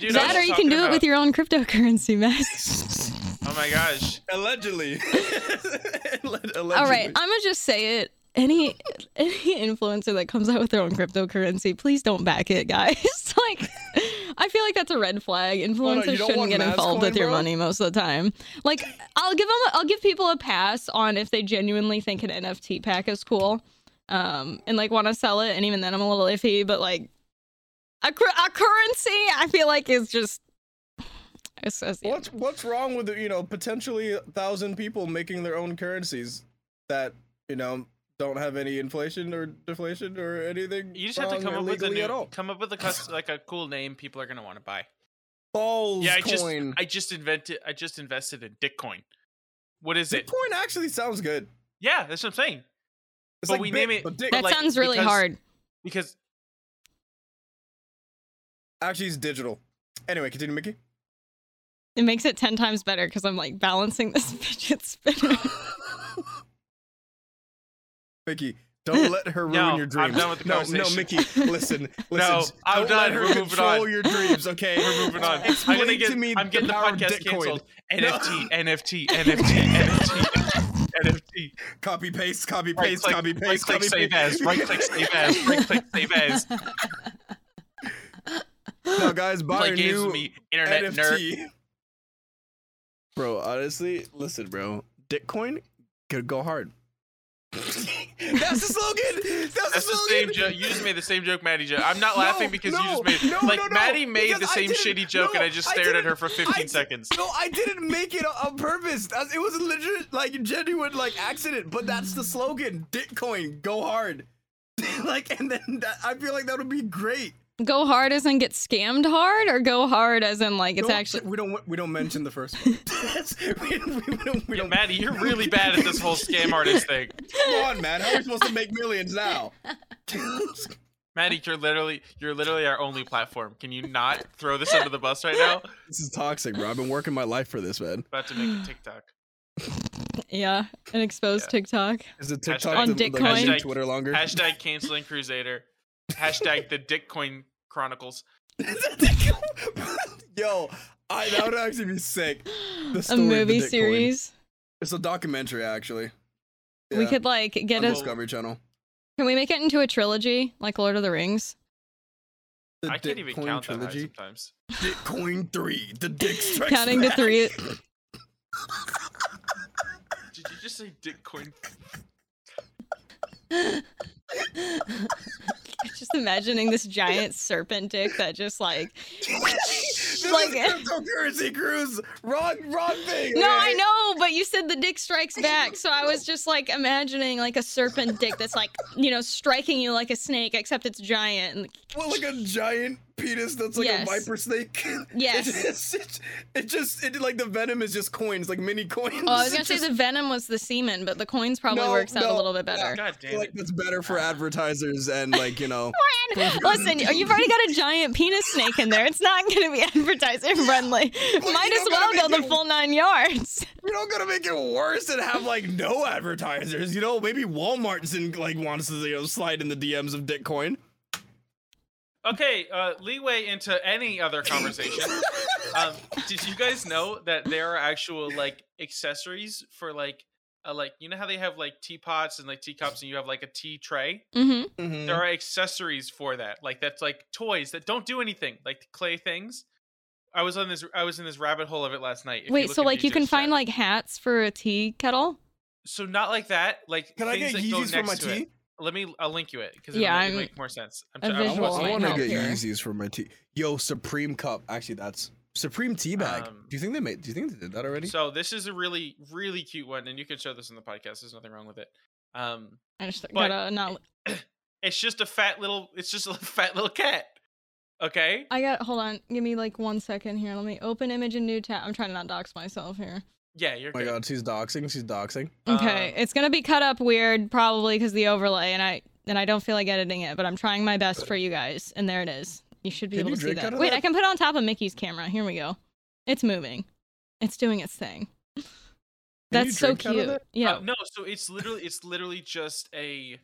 Speaker 1: Dude, I was
Speaker 2: that, or you
Speaker 1: talking
Speaker 2: can do it with
Speaker 1: about-
Speaker 2: your own cryptocurrency, mess.
Speaker 1: Oh my gosh.
Speaker 3: Allegedly. Allegedly.
Speaker 2: All right, I'm gonna just say it. Any any influencer that comes out with their own cryptocurrency, please don't back it, guys. like, I feel like that's a red flag.
Speaker 3: on, you
Speaker 2: Influencers
Speaker 3: don't
Speaker 2: shouldn't
Speaker 3: want
Speaker 2: get involved
Speaker 3: Mazcoin,
Speaker 2: with your
Speaker 3: bro?
Speaker 2: money most of the time. Like, I'll give them, I'll give people a pass on if they genuinely think an NFT pack is cool. um, and like want to sell it. And even then, I'm a little iffy. But like a, cur- a currency, I feel like is just. It's, it's, yeah.
Speaker 3: What's what's wrong with you know potentially a thousand people making their own currencies that you know don't have any inflation or deflation or anything?
Speaker 1: You just have to
Speaker 3: wrong
Speaker 1: come up with a
Speaker 3: illegally at
Speaker 1: new,
Speaker 3: all.
Speaker 1: come up with a cus- like a cool name people are gonna want to buy.
Speaker 3: Balls
Speaker 1: Yeah, I just
Speaker 3: coin.
Speaker 1: I just invented I just invested in Dickcoin. What is it?
Speaker 3: Bitcoin actually sounds good.
Speaker 1: Yeah, that's what I'm saying.
Speaker 3: It's
Speaker 1: But
Speaker 3: like
Speaker 1: we
Speaker 3: bit-
Speaker 1: name it-
Speaker 3: but dick-
Speaker 2: that
Speaker 1: like,
Speaker 2: sounds really
Speaker 1: because-
Speaker 2: hard.
Speaker 1: Because
Speaker 3: actually, it's digital. Anyway, continue, Mickey.
Speaker 2: It makes it ten times better because I'm like balancing this fidget spinner.
Speaker 3: Mickey, don't let her ruin
Speaker 1: No,
Speaker 3: your
Speaker 1: I'm
Speaker 3: dreams.
Speaker 1: done with the
Speaker 3: no, no,
Speaker 1: conversation.
Speaker 3: Mickey, listen, listen.
Speaker 1: No, I'm
Speaker 3: don't
Speaker 1: done.
Speaker 3: let her
Speaker 1: We're moving
Speaker 3: control
Speaker 1: on.
Speaker 3: your dreams, okay?
Speaker 1: we're moving on. I'm
Speaker 3: Explain
Speaker 1: gonna get
Speaker 3: to me
Speaker 1: I'm getting the,
Speaker 3: power of
Speaker 1: podcast
Speaker 3: Bitcoin.
Speaker 1: canceled.
Speaker 3: No.
Speaker 1: NFT, NFT, NFT, NFT, NFT.
Speaker 3: Copy paste, copy
Speaker 1: Right
Speaker 3: paste,
Speaker 1: click,
Speaker 3: copy
Speaker 1: right
Speaker 3: paste,
Speaker 1: click,
Speaker 3: copy
Speaker 1: save
Speaker 3: paste.
Speaker 1: as. Right click, save as. Right click, save as.
Speaker 3: No, guys, buy
Speaker 1: Play
Speaker 3: your
Speaker 1: games
Speaker 3: new
Speaker 1: with me, internet nerd.
Speaker 3: NFT. Bro, honestly, listen, bro. Bitcoin could go hard. That's the slogan. That's,
Speaker 1: That's the
Speaker 3: slogan.
Speaker 1: same joke. You just made the same joke, Maddie. Jo- I'm not
Speaker 3: No,
Speaker 1: laughing because you
Speaker 3: no,
Speaker 1: just made
Speaker 3: no,
Speaker 1: like
Speaker 3: no, no,
Speaker 1: Maddie made the
Speaker 3: because I
Speaker 1: same
Speaker 3: didn't-
Speaker 1: shitty joke,
Speaker 3: no,
Speaker 1: and I just
Speaker 3: I
Speaker 1: stared at
Speaker 3: didn't-
Speaker 1: her for 15
Speaker 3: I-
Speaker 1: seconds.
Speaker 3: No, I didn't make it on- on purpose. That's- It was a legit, like, genuine, like, accident. But that's the slogan: Bitcoin, go hard. like, and then that, I feel like that would be great.
Speaker 2: go hard as in get scammed hard, or go hard as in like it's
Speaker 3: Don't-
Speaker 2: actually
Speaker 3: we don't we don't mention the first one. we, we don't, we
Speaker 1: Yeah,
Speaker 3: don't,
Speaker 1: Maddie, you're really bad at this whole scam artist thing.
Speaker 3: Come on, man. How are we supposed to make millions now?
Speaker 1: Maddie, you're literally you're literally our only platform. Can you not throw this under the bus right now?
Speaker 3: this is toxic, bro. I've been working my life for this, man.
Speaker 1: About to make a TikTok.
Speaker 2: yeah, an exposed
Speaker 1: Yeah.
Speaker 2: TikTok.
Speaker 3: Is it
Speaker 1: TikTok
Speaker 3: TikTok
Speaker 1: On
Speaker 2: the- the- Bitcoin?
Speaker 1: hashtag-
Speaker 3: Twitter longer?
Speaker 1: Hashtag canceling Crusader. Hashtag the Dickcoin Chronicles.
Speaker 3: Yo, I that would actually be sick. The
Speaker 2: A
Speaker 3: story of the
Speaker 2: movie
Speaker 3: Bitcoin.
Speaker 2: series.
Speaker 3: It's a documentary, actually.
Speaker 2: We
Speaker 3: Yeah,
Speaker 2: could like
Speaker 3: on
Speaker 2: get
Speaker 3: the
Speaker 2: us.
Speaker 3: Discovery Channel.
Speaker 2: Can we make it into a trilogy like Lord of the Rings?
Speaker 3: The
Speaker 1: I can't even
Speaker 3: Bitcoin
Speaker 1: count that high
Speaker 3: trilogy.
Speaker 1: sometimes.
Speaker 3: Bitcoin three. The dick strikes
Speaker 2: Counting to
Speaker 3: back.
Speaker 2: three.
Speaker 1: Did you just say Dickcoin?
Speaker 2: just imagining this giant serpent dick that just like
Speaker 3: this
Speaker 2: Like-
Speaker 3: is cryptocurrency cruise. Wrong, wrong thing.
Speaker 2: no
Speaker 3: okay?
Speaker 2: i know but you said the dick strikes back so i was just like imagining like a serpent dick that's like you know striking you like a snake except it's giant and
Speaker 3: Well, like a giant penis that's like
Speaker 2: Yes.
Speaker 3: a viper snake. It
Speaker 2: Yes.
Speaker 3: just- It just, it just, it like the venom is just coins, like mini coins.
Speaker 2: oh i was
Speaker 3: It
Speaker 2: gonna say
Speaker 3: just-
Speaker 2: the venom was the semen but the coins probably
Speaker 3: No,
Speaker 2: works out a
Speaker 3: no,
Speaker 2: little bit better
Speaker 1: God
Speaker 3: I
Speaker 1: damn
Speaker 3: feel
Speaker 1: it.
Speaker 3: like that's better for advertisers and like you know.
Speaker 2: Brand, listen you've already got a giant penis snake in there it's not gonna be advertiser friendly
Speaker 3: you
Speaker 2: might as
Speaker 3: don't
Speaker 2: well
Speaker 3: gotta
Speaker 2: go
Speaker 3: make
Speaker 2: the
Speaker 3: it-
Speaker 2: full nine yards
Speaker 3: We don't gotta make it worse and have like no advertisers. You know, maybe Walmart's in like wants to you know slide in the DMs of Bitcoin.
Speaker 1: Okay, uh, leeway into any other conversation. um, did you guys know that there are actual like accessories for like uh, like you know how they have like teapots and like teacups and you have like a tea tray?
Speaker 2: mm-hmm.
Speaker 1: There are accessories for that. Like that's like toys that don't do anything, like clay things. I was on this I was in this rabbit hole of it last night. if
Speaker 2: wait
Speaker 1: look
Speaker 2: so
Speaker 1: at
Speaker 2: like you can
Speaker 1: VGX
Speaker 2: find
Speaker 1: chat.
Speaker 2: like hats for a tea kettle
Speaker 1: so not like that, like
Speaker 3: Can I
Speaker 1: things
Speaker 3: get
Speaker 1: that go next
Speaker 3: Yeezys for my
Speaker 1: to it.
Speaker 3: tea?
Speaker 1: Let me I'll link you it because
Speaker 2: Yeah,
Speaker 1: it'll
Speaker 2: I'm
Speaker 1: make more sense. I'm
Speaker 2: a
Speaker 1: try- I
Speaker 2: visual
Speaker 1: want- I
Speaker 2: might
Speaker 1: want-
Speaker 2: wanna help get here.
Speaker 3: Yeezys for my tea. Yo, Supreme cup. Actually, that's Supreme tea bag.
Speaker 1: Um,
Speaker 3: do you think they made? Do you think they did that already?
Speaker 1: So this is a really really cute one, and you can show this on the podcast. There's nothing wrong with it. Um,
Speaker 2: i just
Speaker 1: But-
Speaker 2: gotta not
Speaker 1: it's just a fat little it's just a fat little cat. Okay,
Speaker 2: I got hold on. Give me like one second here. Let me open image and new tab. I'm trying to not dox myself here.
Speaker 1: yeah, you're
Speaker 3: Oh my
Speaker 1: good.
Speaker 3: god, she's doxing. She's doxing.
Speaker 2: Okay,
Speaker 1: Um,
Speaker 2: it's gonna be cut up weird probably because the overlay and I and I don't feel like editing it, but I'm trying my best for you guys. And there it is. You should be
Speaker 3: Can
Speaker 2: able
Speaker 3: you
Speaker 2: to see
Speaker 3: drink out
Speaker 2: that.
Speaker 3: of
Speaker 2: Wait,
Speaker 3: that?
Speaker 2: I can put it on top of Mickey's camera. Here we go. It's moving. It's doing its thing.
Speaker 3: Can you
Speaker 2: That's so
Speaker 3: drink out of Um,
Speaker 2: cute.
Speaker 3: that?
Speaker 2: Yeah.
Speaker 1: Uh, no, so it's literally it's literally just a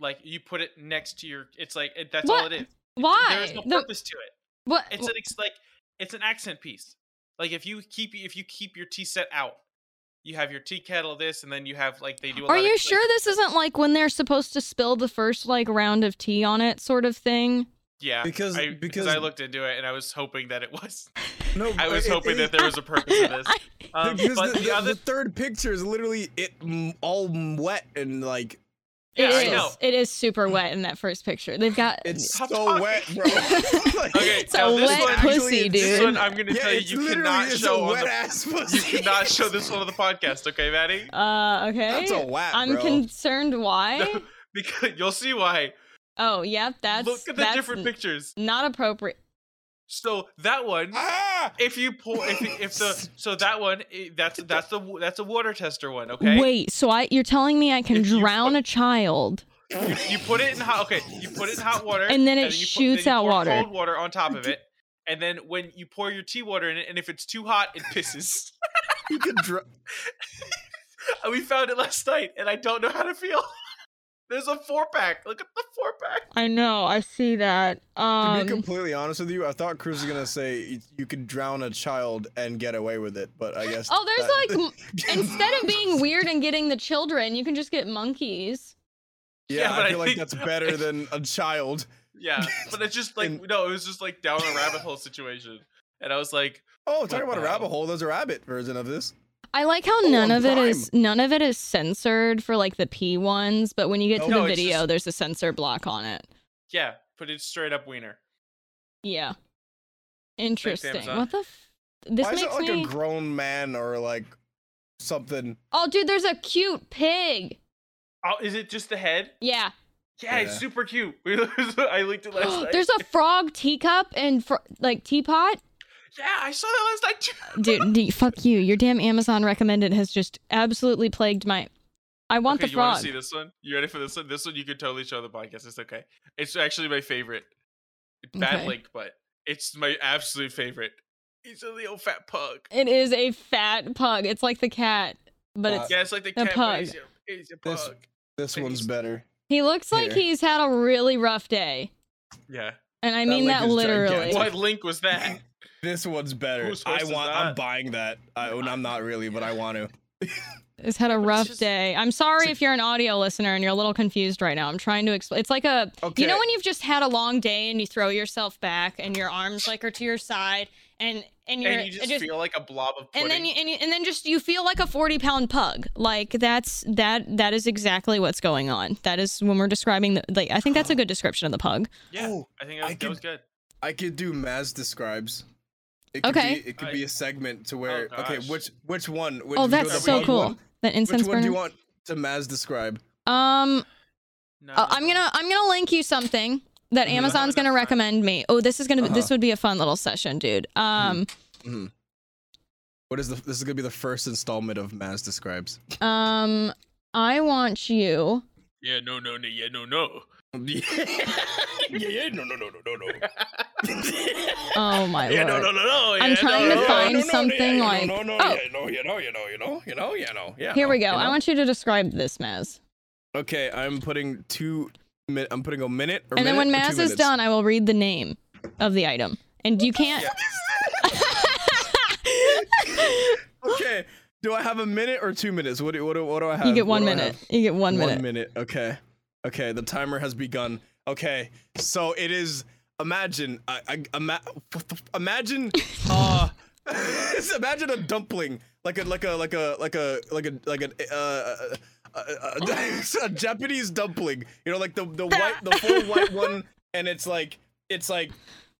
Speaker 1: like you put it next to your. It's like it, that's all
Speaker 2: What?
Speaker 1: it is. There
Speaker 2: Why?
Speaker 1: is no
Speaker 2: The-
Speaker 1: purpose to it.
Speaker 2: what?
Speaker 1: It's an ex- like it's an accent piece. Like if you keep if you keep your tea set out, you have your tea kettle this, and then you have like they do. A
Speaker 2: Are
Speaker 1: lot
Speaker 2: you
Speaker 1: of,
Speaker 2: sure this isn't like when they're supposed to spill the first like round of tea on it, sort of thing?
Speaker 1: Yeah,
Speaker 3: Because-
Speaker 1: I,
Speaker 3: because-
Speaker 1: I looked into it and I was hoping that it was.
Speaker 3: No,
Speaker 1: I was
Speaker 3: it-
Speaker 1: hoping
Speaker 3: it-
Speaker 1: that there was a purpose to this. Um,
Speaker 3: because
Speaker 1: but
Speaker 3: the,
Speaker 1: the
Speaker 3: the-
Speaker 1: other
Speaker 3: the third picture is literally it mm, all wet and like
Speaker 1: Yeah,
Speaker 2: it
Speaker 1: I
Speaker 2: is.
Speaker 1: know.
Speaker 2: It is super wet in that first picture. They've got
Speaker 3: It's
Speaker 1: Stop
Speaker 3: so
Speaker 1: talking.
Speaker 3: wet, bro. Like,
Speaker 1: Okay,
Speaker 2: it's
Speaker 1: now
Speaker 2: a
Speaker 1: this
Speaker 2: wet
Speaker 1: one,
Speaker 3: actually
Speaker 2: pussy,
Speaker 3: is-
Speaker 1: this
Speaker 2: dude.
Speaker 1: one I'm gonna
Speaker 3: yeah,
Speaker 1: tell you
Speaker 3: it's
Speaker 1: you
Speaker 3: literally
Speaker 1: cannot
Speaker 3: it's
Speaker 1: show
Speaker 3: a
Speaker 1: on
Speaker 3: wet
Speaker 1: the
Speaker 3: ass pussy.
Speaker 1: you cannot show this one on the podcast, okay, Maddie?
Speaker 2: uh, okay.
Speaker 3: That's a whack,
Speaker 2: I'm
Speaker 3: bro.
Speaker 2: concerned. Why?
Speaker 1: No, because you'll see why.
Speaker 2: Oh, yep. That's
Speaker 1: Look at the
Speaker 2: that's
Speaker 1: different
Speaker 2: n-
Speaker 1: pictures.
Speaker 2: Not appropriate.
Speaker 1: So that one,
Speaker 3: Ah!
Speaker 1: if you pull, if you- if the so that one, eh, that's that's the w- that's a water tester one, okay?
Speaker 2: Wait. So I, you're telling me I can
Speaker 1: If you
Speaker 2: drown a child?
Speaker 1: You put it in hot. Okay, you put it in hot water,
Speaker 2: And then it
Speaker 1: you put-
Speaker 2: shoots
Speaker 1: you
Speaker 2: out
Speaker 1: pour
Speaker 2: water.
Speaker 1: Cold water on top of it, and then when you pour your tea water in it, and if it's too hot, it pisses.
Speaker 3: You could dr-
Speaker 1: we found it last night, and I don't know how to feel. There's a four pack. Look at the four pack.
Speaker 2: I know. I see that.
Speaker 3: to
Speaker 2: Um.
Speaker 3: be completely honest with you, I thought Cruz was gonna say y- you could drown a child and get away with it, but I guess.
Speaker 2: oh, there's
Speaker 3: that-
Speaker 2: like m- instead of being weird and getting the children, you can just get monkeys.
Speaker 3: yeah,
Speaker 1: Yeah, but
Speaker 3: I
Speaker 1: I
Speaker 3: feel like
Speaker 1: think-
Speaker 3: that's better than a child.
Speaker 1: Yeah, but it's just like
Speaker 3: And-
Speaker 1: no, it was just like down a rabbit hole situation, and I was like,
Speaker 3: Oh, talking
Speaker 1: What
Speaker 3: about a
Speaker 1: the
Speaker 3: rabbit
Speaker 1: hell?
Speaker 3: hole. There's a rabbit version of this.
Speaker 2: I like how
Speaker 3: Oh,
Speaker 2: none
Speaker 3: on
Speaker 2: of it is none of it is censored for like the P ones, but when you get to
Speaker 1: No,
Speaker 2: the
Speaker 1: it's
Speaker 2: video,
Speaker 1: just-
Speaker 2: there's a censor block on it.
Speaker 1: yeah, put it straight up wiener.
Speaker 2: Yeah. Interesting.
Speaker 1: Amazon.
Speaker 2: what the? F- this
Speaker 3: Why is it
Speaker 2: makes
Speaker 3: like
Speaker 2: me.
Speaker 3: a grown man or like something?
Speaker 2: oh, dude, there's a cute pig.
Speaker 1: Oh, is it just the head?
Speaker 2: Yeah.
Speaker 1: Yeah, it's
Speaker 3: Yeah.
Speaker 1: super cute. I linked it last night.
Speaker 2: there's a frog teacup and fro- like teapot.
Speaker 1: yeah, I saw that last night too.
Speaker 2: Dude, d- fuck you. Your damn Amazon recommended has just absolutely plagued my. I want
Speaker 1: okay,
Speaker 2: the
Speaker 1: you want
Speaker 2: frog.
Speaker 1: to see this one? You ready for this one? This one you could totally show the podcast. It's okay. It's actually my favorite. Bad
Speaker 2: Okay.
Speaker 1: link, but it's my absolute favorite. It's a little fat pug.
Speaker 2: It is a fat pug. It's like the cat, but
Speaker 3: Uh,
Speaker 2: it's
Speaker 1: Yeah, it's like the
Speaker 2: The
Speaker 1: cat,
Speaker 2: pug.
Speaker 1: but it's a, it's a
Speaker 3: This-
Speaker 1: pug.
Speaker 3: This
Speaker 1: Please.
Speaker 3: one's better.
Speaker 2: he looks like
Speaker 3: Here.
Speaker 2: he's had a really rough day,
Speaker 1: Yeah.
Speaker 2: and I mean
Speaker 3: link
Speaker 2: that
Speaker 3: is
Speaker 2: literally.
Speaker 3: gigantic.
Speaker 1: What link was that?
Speaker 3: This one's better.
Speaker 1: Whose horse
Speaker 3: I
Speaker 1: is
Speaker 3: want. I'm
Speaker 1: that?
Speaker 3: buying that. I, and I'm not really, but I want to.
Speaker 2: Has had a rough
Speaker 1: just-
Speaker 2: day. I'm sorry
Speaker 3: it's a-
Speaker 2: if you're an audio listener and you're a little confused right now. I'm trying to explain. It's like a
Speaker 3: Okay.
Speaker 2: You know when you've just had a long day and you throw yourself back and your arms like are to your side and and you're
Speaker 1: and you just, feel like a blob of pudding.
Speaker 2: and then you, and, you, and then just you feel like a 40 pound pug like that's that that is exactly what's going on that is when we're describing the like i think that's a good description of the pug
Speaker 1: yeah,
Speaker 3: Oh,
Speaker 1: I think that
Speaker 3: I
Speaker 1: was, that
Speaker 3: could-
Speaker 1: was good.
Speaker 3: I could do Maz describes. It could
Speaker 2: Okay.
Speaker 3: Be, it could
Speaker 1: I-
Speaker 3: be a segment to where. okay,
Speaker 1: gosh.
Speaker 3: which which one? Which,
Speaker 2: oh
Speaker 3: which
Speaker 2: that's
Speaker 3: one's
Speaker 1: that
Speaker 2: so
Speaker 3: the pug
Speaker 1: we-
Speaker 2: cool
Speaker 3: one?
Speaker 2: that
Speaker 3: Which
Speaker 2: incense
Speaker 3: one do
Speaker 2: burner
Speaker 3: you want to Maz describe?
Speaker 2: um
Speaker 1: No,
Speaker 2: uh, i'm gonna i'm gonna link you something that
Speaker 3: Mhm.
Speaker 2: amazon's gonna
Speaker 1: That's fine.
Speaker 2: recommend me oh this is gonna be this
Speaker 3: Uh-huh.
Speaker 2: would be a fun little session dude um
Speaker 3: What is the? This is gonna be the first installment of Maz describes.
Speaker 2: um i want you
Speaker 1: Yeah, no, no, no, yeah, no, no.
Speaker 3: yeah, yeah, no, no, no, no, no, no.
Speaker 2: oh my lord
Speaker 1: no, no.
Speaker 2: I'm trying to
Speaker 3: Yeah,
Speaker 2: find
Speaker 3: no, no,
Speaker 2: something
Speaker 3: yeah,
Speaker 2: like-
Speaker 3: no, no,
Speaker 2: Oh.
Speaker 3: yeah, no, you know, you know, you know, you know, you know, yeah.
Speaker 2: Here we
Speaker 3: no,
Speaker 2: go.
Speaker 3: you
Speaker 2: I
Speaker 3: know.
Speaker 2: want you to describe this, Maz.
Speaker 3: Okay, I'm putting two. mi- I'm putting a minute. Or
Speaker 2: And then when
Speaker 3: minute or
Speaker 2: Maz
Speaker 3: two
Speaker 2: is
Speaker 3: minutes.
Speaker 2: done, I will read the name of the item. And you can't.
Speaker 3: Okay. Do I have a minute or two minutes? What do what do, what do I have?
Speaker 2: you get one
Speaker 3: What do I
Speaker 2: minute.
Speaker 3: have?
Speaker 2: You get one
Speaker 3: One
Speaker 2: minute.
Speaker 3: minute. Okay. Okay. The timer has begun. Okay. So it is. Imagine. I. I ima- what the f- imagine. Uh. imagine a dumpling, like a like a like a like a like a like an. Uh, a, a, a, a Japanese dumpling, you know, like the the white, the full white one, and it's like it's like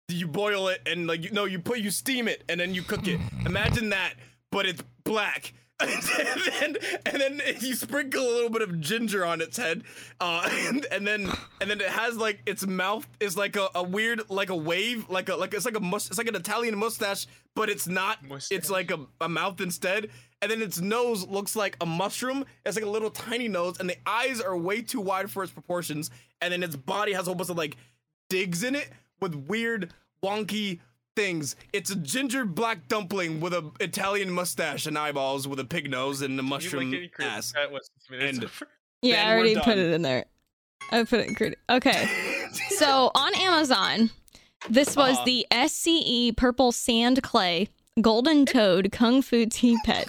Speaker 3: you boil it and like you no you put you steam it and then you cook it imagine that but it's black and then, and then you sprinkle a little bit of ginger on its head uh, and, and then and then it has like its mouth is like a, a weird like a wave like a like it's like a must it's like an italian mustache but it's not
Speaker 1: Mustache.
Speaker 3: it's like a, a mouth instead and then its nose looks like a mushroom it's like a little tiny nose and the eyes are way too wide for its proportions and then its body has a whole bunch of like digs in it with weird, wonky things. It's a ginger black dumpling with a Italian mustache and eyeballs with a pig nose and a mushroom ass. And-
Speaker 2: yeah,
Speaker 3: Then
Speaker 2: I
Speaker 3: we're
Speaker 2: already put
Speaker 3: done.
Speaker 2: it in there. I put it in. crit- Okay. so on Amazon, this was
Speaker 3: Uh-huh.
Speaker 2: the SCE Purple Sand Clay Golden Toad Kung Fu Tea Pet.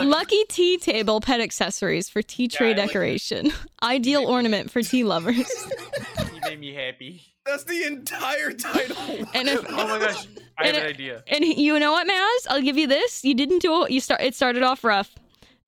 Speaker 2: Lucky tea table pet accessories for tea
Speaker 1: Yeah,
Speaker 2: tray
Speaker 1: I like that.
Speaker 2: decoration. Ideal ornament for tea lovers.
Speaker 1: You made me happy.
Speaker 3: That's the entire title.
Speaker 2: And if
Speaker 1: Oh my gosh, I
Speaker 2: And
Speaker 1: have an
Speaker 2: it-
Speaker 1: idea.
Speaker 2: and you know what, Maz? I'll give you this. You didn't do it. You start. It started off rough.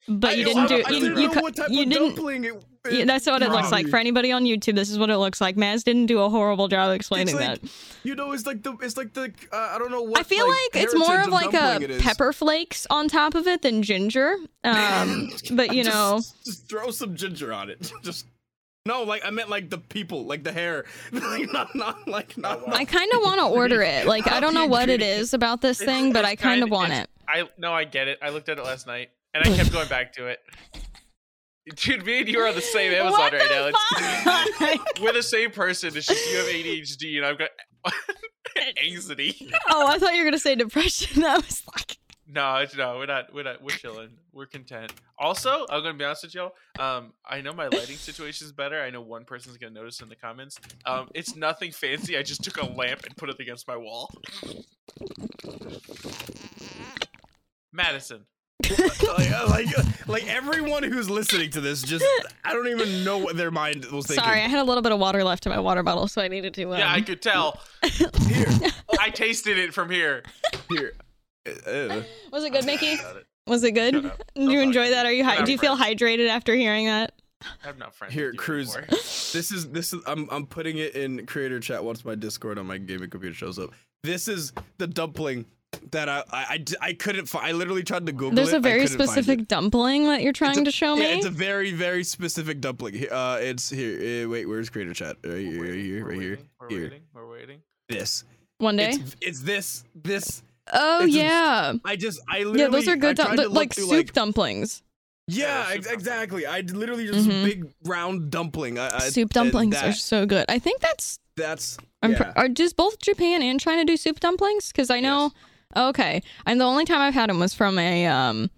Speaker 2: but
Speaker 3: I
Speaker 2: you
Speaker 3: know-
Speaker 2: didn't
Speaker 3: I
Speaker 2: do
Speaker 3: don't- I
Speaker 2: you,
Speaker 3: didn't
Speaker 2: you,
Speaker 3: know
Speaker 2: cou-
Speaker 3: what type
Speaker 2: you
Speaker 3: of
Speaker 2: didn't
Speaker 3: dumpling it,
Speaker 2: yeah, that's what it looks like
Speaker 3: probably.
Speaker 2: for anybody on YouTube. This is what it looks like. Maz didn't do a horrible job explaining
Speaker 3: like-
Speaker 2: that.
Speaker 3: You know, it's like the it's like the uh, I don't know what.
Speaker 2: I feel like, it's more
Speaker 3: heritage
Speaker 2: of like
Speaker 3: dumpling it
Speaker 2: a
Speaker 3: is.
Speaker 2: pepper flakes on top of it than ginger. Um, but you
Speaker 3: Just-
Speaker 2: know,
Speaker 3: just throw some ginger on it. Just no, like I meant like the people, like the hair, like not not like not.
Speaker 2: I kind of want to order it. Like I don't know what it is about this
Speaker 1: It's-
Speaker 2: thing, but
Speaker 1: it's
Speaker 2: I kind of
Speaker 1: kinda-
Speaker 2: want
Speaker 1: it's-
Speaker 2: it.
Speaker 1: I no, I get it. I looked at it last night and I kept going back to it. Dude, me and you are on the same Amazon
Speaker 2: what
Speaker 1: right
Speaker 2: the
Speaker 1: now. It's-
Speaker 2: fuck?
Speaker 1: We're the same person. It's just you have ADHD and I've got anxiety.
Speaker 2: oh, I thought you were gonna say depression. I was like,
Speaker 1: No, it's no, we're not. We're not. We're chilling. We're content. Also, I'm gonna be honest with y'all. Um, I know my lighting situation's better. I know one person's gonna notice in the comments. Um, it's nothing fancy. I just took a lamp and put it against my wall. Madison,
Speaker 3: like, uh, like uh, like everyone who's listening to this, just I don't even know what their mind was thinking.
Speaker 2: sorry, I had a little bit of water left in my water bottle, so I needed to. Um,
Speaker 1: yeah, I could tell.
Speaker 3: Here,
Speaker 1: I tasted it from here.
Speaker 3: here. Uh,
Speaker 2: was it good, Mickey?
Speaker 1: Got it.
Speaker 2: Was it good?
Speaker 1: Shut up.
Speaker 2: Do
Speaker 1: Don't
Speaker 2: you
Speaker 1: talk
Speaker 2: enjoy
Speaker 1: to
Speaker 2: that?
Speaker 1: me.
Speaker 2: Are you
Speaker 1: Shut
Speaker 2: high?
Speaker 1: up,
Speaker 2: Do you feel hydrated after hearing that?
Speaker 1: I'm not friends.
Speaker 3: Here,
Speaker 1: with you
Speaker 3: Cruz.
Speaker 1: anymore.
Speaker 3: This is this is I'm I'm putting it in creator chat once my Discord on my gaming computer shows up. This is the dumpling that I I, I, d- I couldn't find. I literally tried to Google
Speaker 2: There's
Speaker 3: it.
Speaker 2: a
Speaker 3: I
Speaker 2: very
Speaker 3: couldn't find it.
Speaker 2: specific dumpling that you're trying
Speaker 3: a-
Speaker 2: to show me.
Speaker 3: Yeah, it's a very very specific dumpling. Here- Uh, it's here. Uh, wait, where's creator chat? Right
Speaker 1: We're
Speaker 3: here, right
Speaker 1: waiting,
Speaker 3: here,
Speaker 1: we're
Speaker 3: right here.
Speaker 1: waiting, We're
Speaker 3: here.
Speaker 1: waiting. We're waiting.
Speaker 3: This.
Speaker 2: One day.
Speaker 3: It's it's this this.
Speaker 2: oh
Speaker 3: it's a-
Speaker 2: yeah,
Speaker 3: I just I literally
Speaker 2: yeah. Those are
Speaker 3: I
Speaker 2: good.
Speaker 3: tried
Speaker 2: Dum-
Speaker 3: to
Speaker 2: th-
Speaker 3: look
Speaker 2: like
Speaker 3: through,
Speaker 2: soup
Speaker 3: like-
Speaker 2: dumplings.
Speaker 1: Yeah,
Speaker 3: Yeah,
Speaker 1: soup
Speaker 3: ex-
Speaker 1: dumpling.
Speaker 3: exactly. I d- literally just
Speaker 2: Mhm.
Speaker 3: big round dumpling. I, I,
Speaker 2: soup
Speaker 3: and
Speaker 2: dumplings are
Speaker 3: That,
Speaker 2: so good. I think that's.
Speaker 3: that's
Speaker 2: I'm
Speaker 3: yeah.
Speaker 2: pr- are just both Japan and China do soup dumplings? Because I know. Okay, and the only time I've had them was from a um.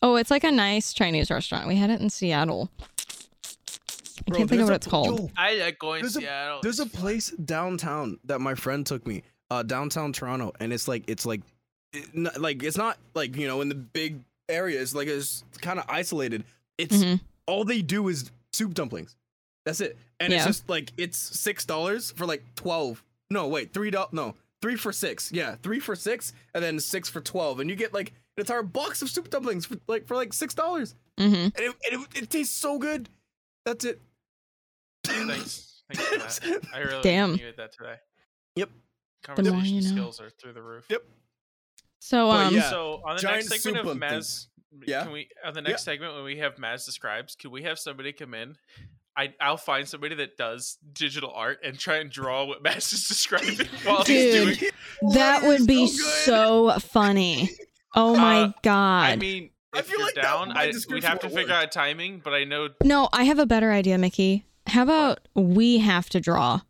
Speaker 2: Oh, it's like a nice Chinese restaurant. We had it in Seattle. I
Speaker 3: Bro,
Speaker 2: can't think of
Speaker 3: there's
Speaker 2: what
Speaker 3: a-
Speaker 2: it's called.
Speaker 3: yo,
Speaker 1: I like going to
Speaker 3: There's a-
Speaker 1: Seattle.
Speaker 3: There's a place downtown that my friend took me, uh, downtown Toronto, and it's like it's like, it, n- like it's not like you know in the big area. It's like it's kind of isolated. It's
Speaker 2: Mhm.
Speaker 3: all they do is soup dumplings. That's it, and it's
Speaker 2: Yeah.
Speaker 3: just like it's six dollars for like twelve. No, wait, three dollars. No, three for six. Yeah, three for six, and then six for twelve, and you get like an entire box of soup dumplings for like for like six dollars,
Speaker 2: Mm-hmm.
Speaker 3: and, it, and it, it tastes so good. That's it.
Speaker 1: Thanks. Thanks for that. I really
Speaker 2: Damn.
Speaker 1: needed that today.
Speaker 3: Yep.
Speaker 2: The more
Speaker 1: Conversation
Speaker 2: you know.
Speaker 1: skills are through the roof.
Speaker 3: Yep.
Speaker 2: So
Speaker 3: But
Speaker 2: um.
Speaker 3: yeah.
Speaker 1: So on the
Speaker 3: Giant
Speaker 1: next segment of
Speaker 3: soup pumpkin.
Speaker 1: Maz,
Speaker 3: Yeah.
Speaker 1: can we on the
Speaker 3: Yeah.
Speaker 1: next segment when we have Maz describes, can we have somebody come in? I I'll find somebody that does digital art and try and draw what Maz is describing
Speaker 3: Oh,
Speaker 1: while he's
Speaker 2: Dude,
Speaker 1: doing.
Speaker 2: That would be
Speaker 3: good.
Speaker 2: so funny. Oh my
Speaker 1: Uh,
Speaker 2: god.
Speaker 1: I mean,
Speaker 3: I
Speaker 1: if
Speaker 3: feel
Speaker 1: you're
Speaker 3: like that-
Speaker 1: down,
Speaker 3: my
Speaker 1: I, we'd
Speaker 3: description
Speaker 1: have to
Speaker 3: won't
Speaker 1: figure
Speaker 3: work.
Speaker 1: out timing. But I know
Speaker 2: no, I have a better idea, Mickey. How about we have to draw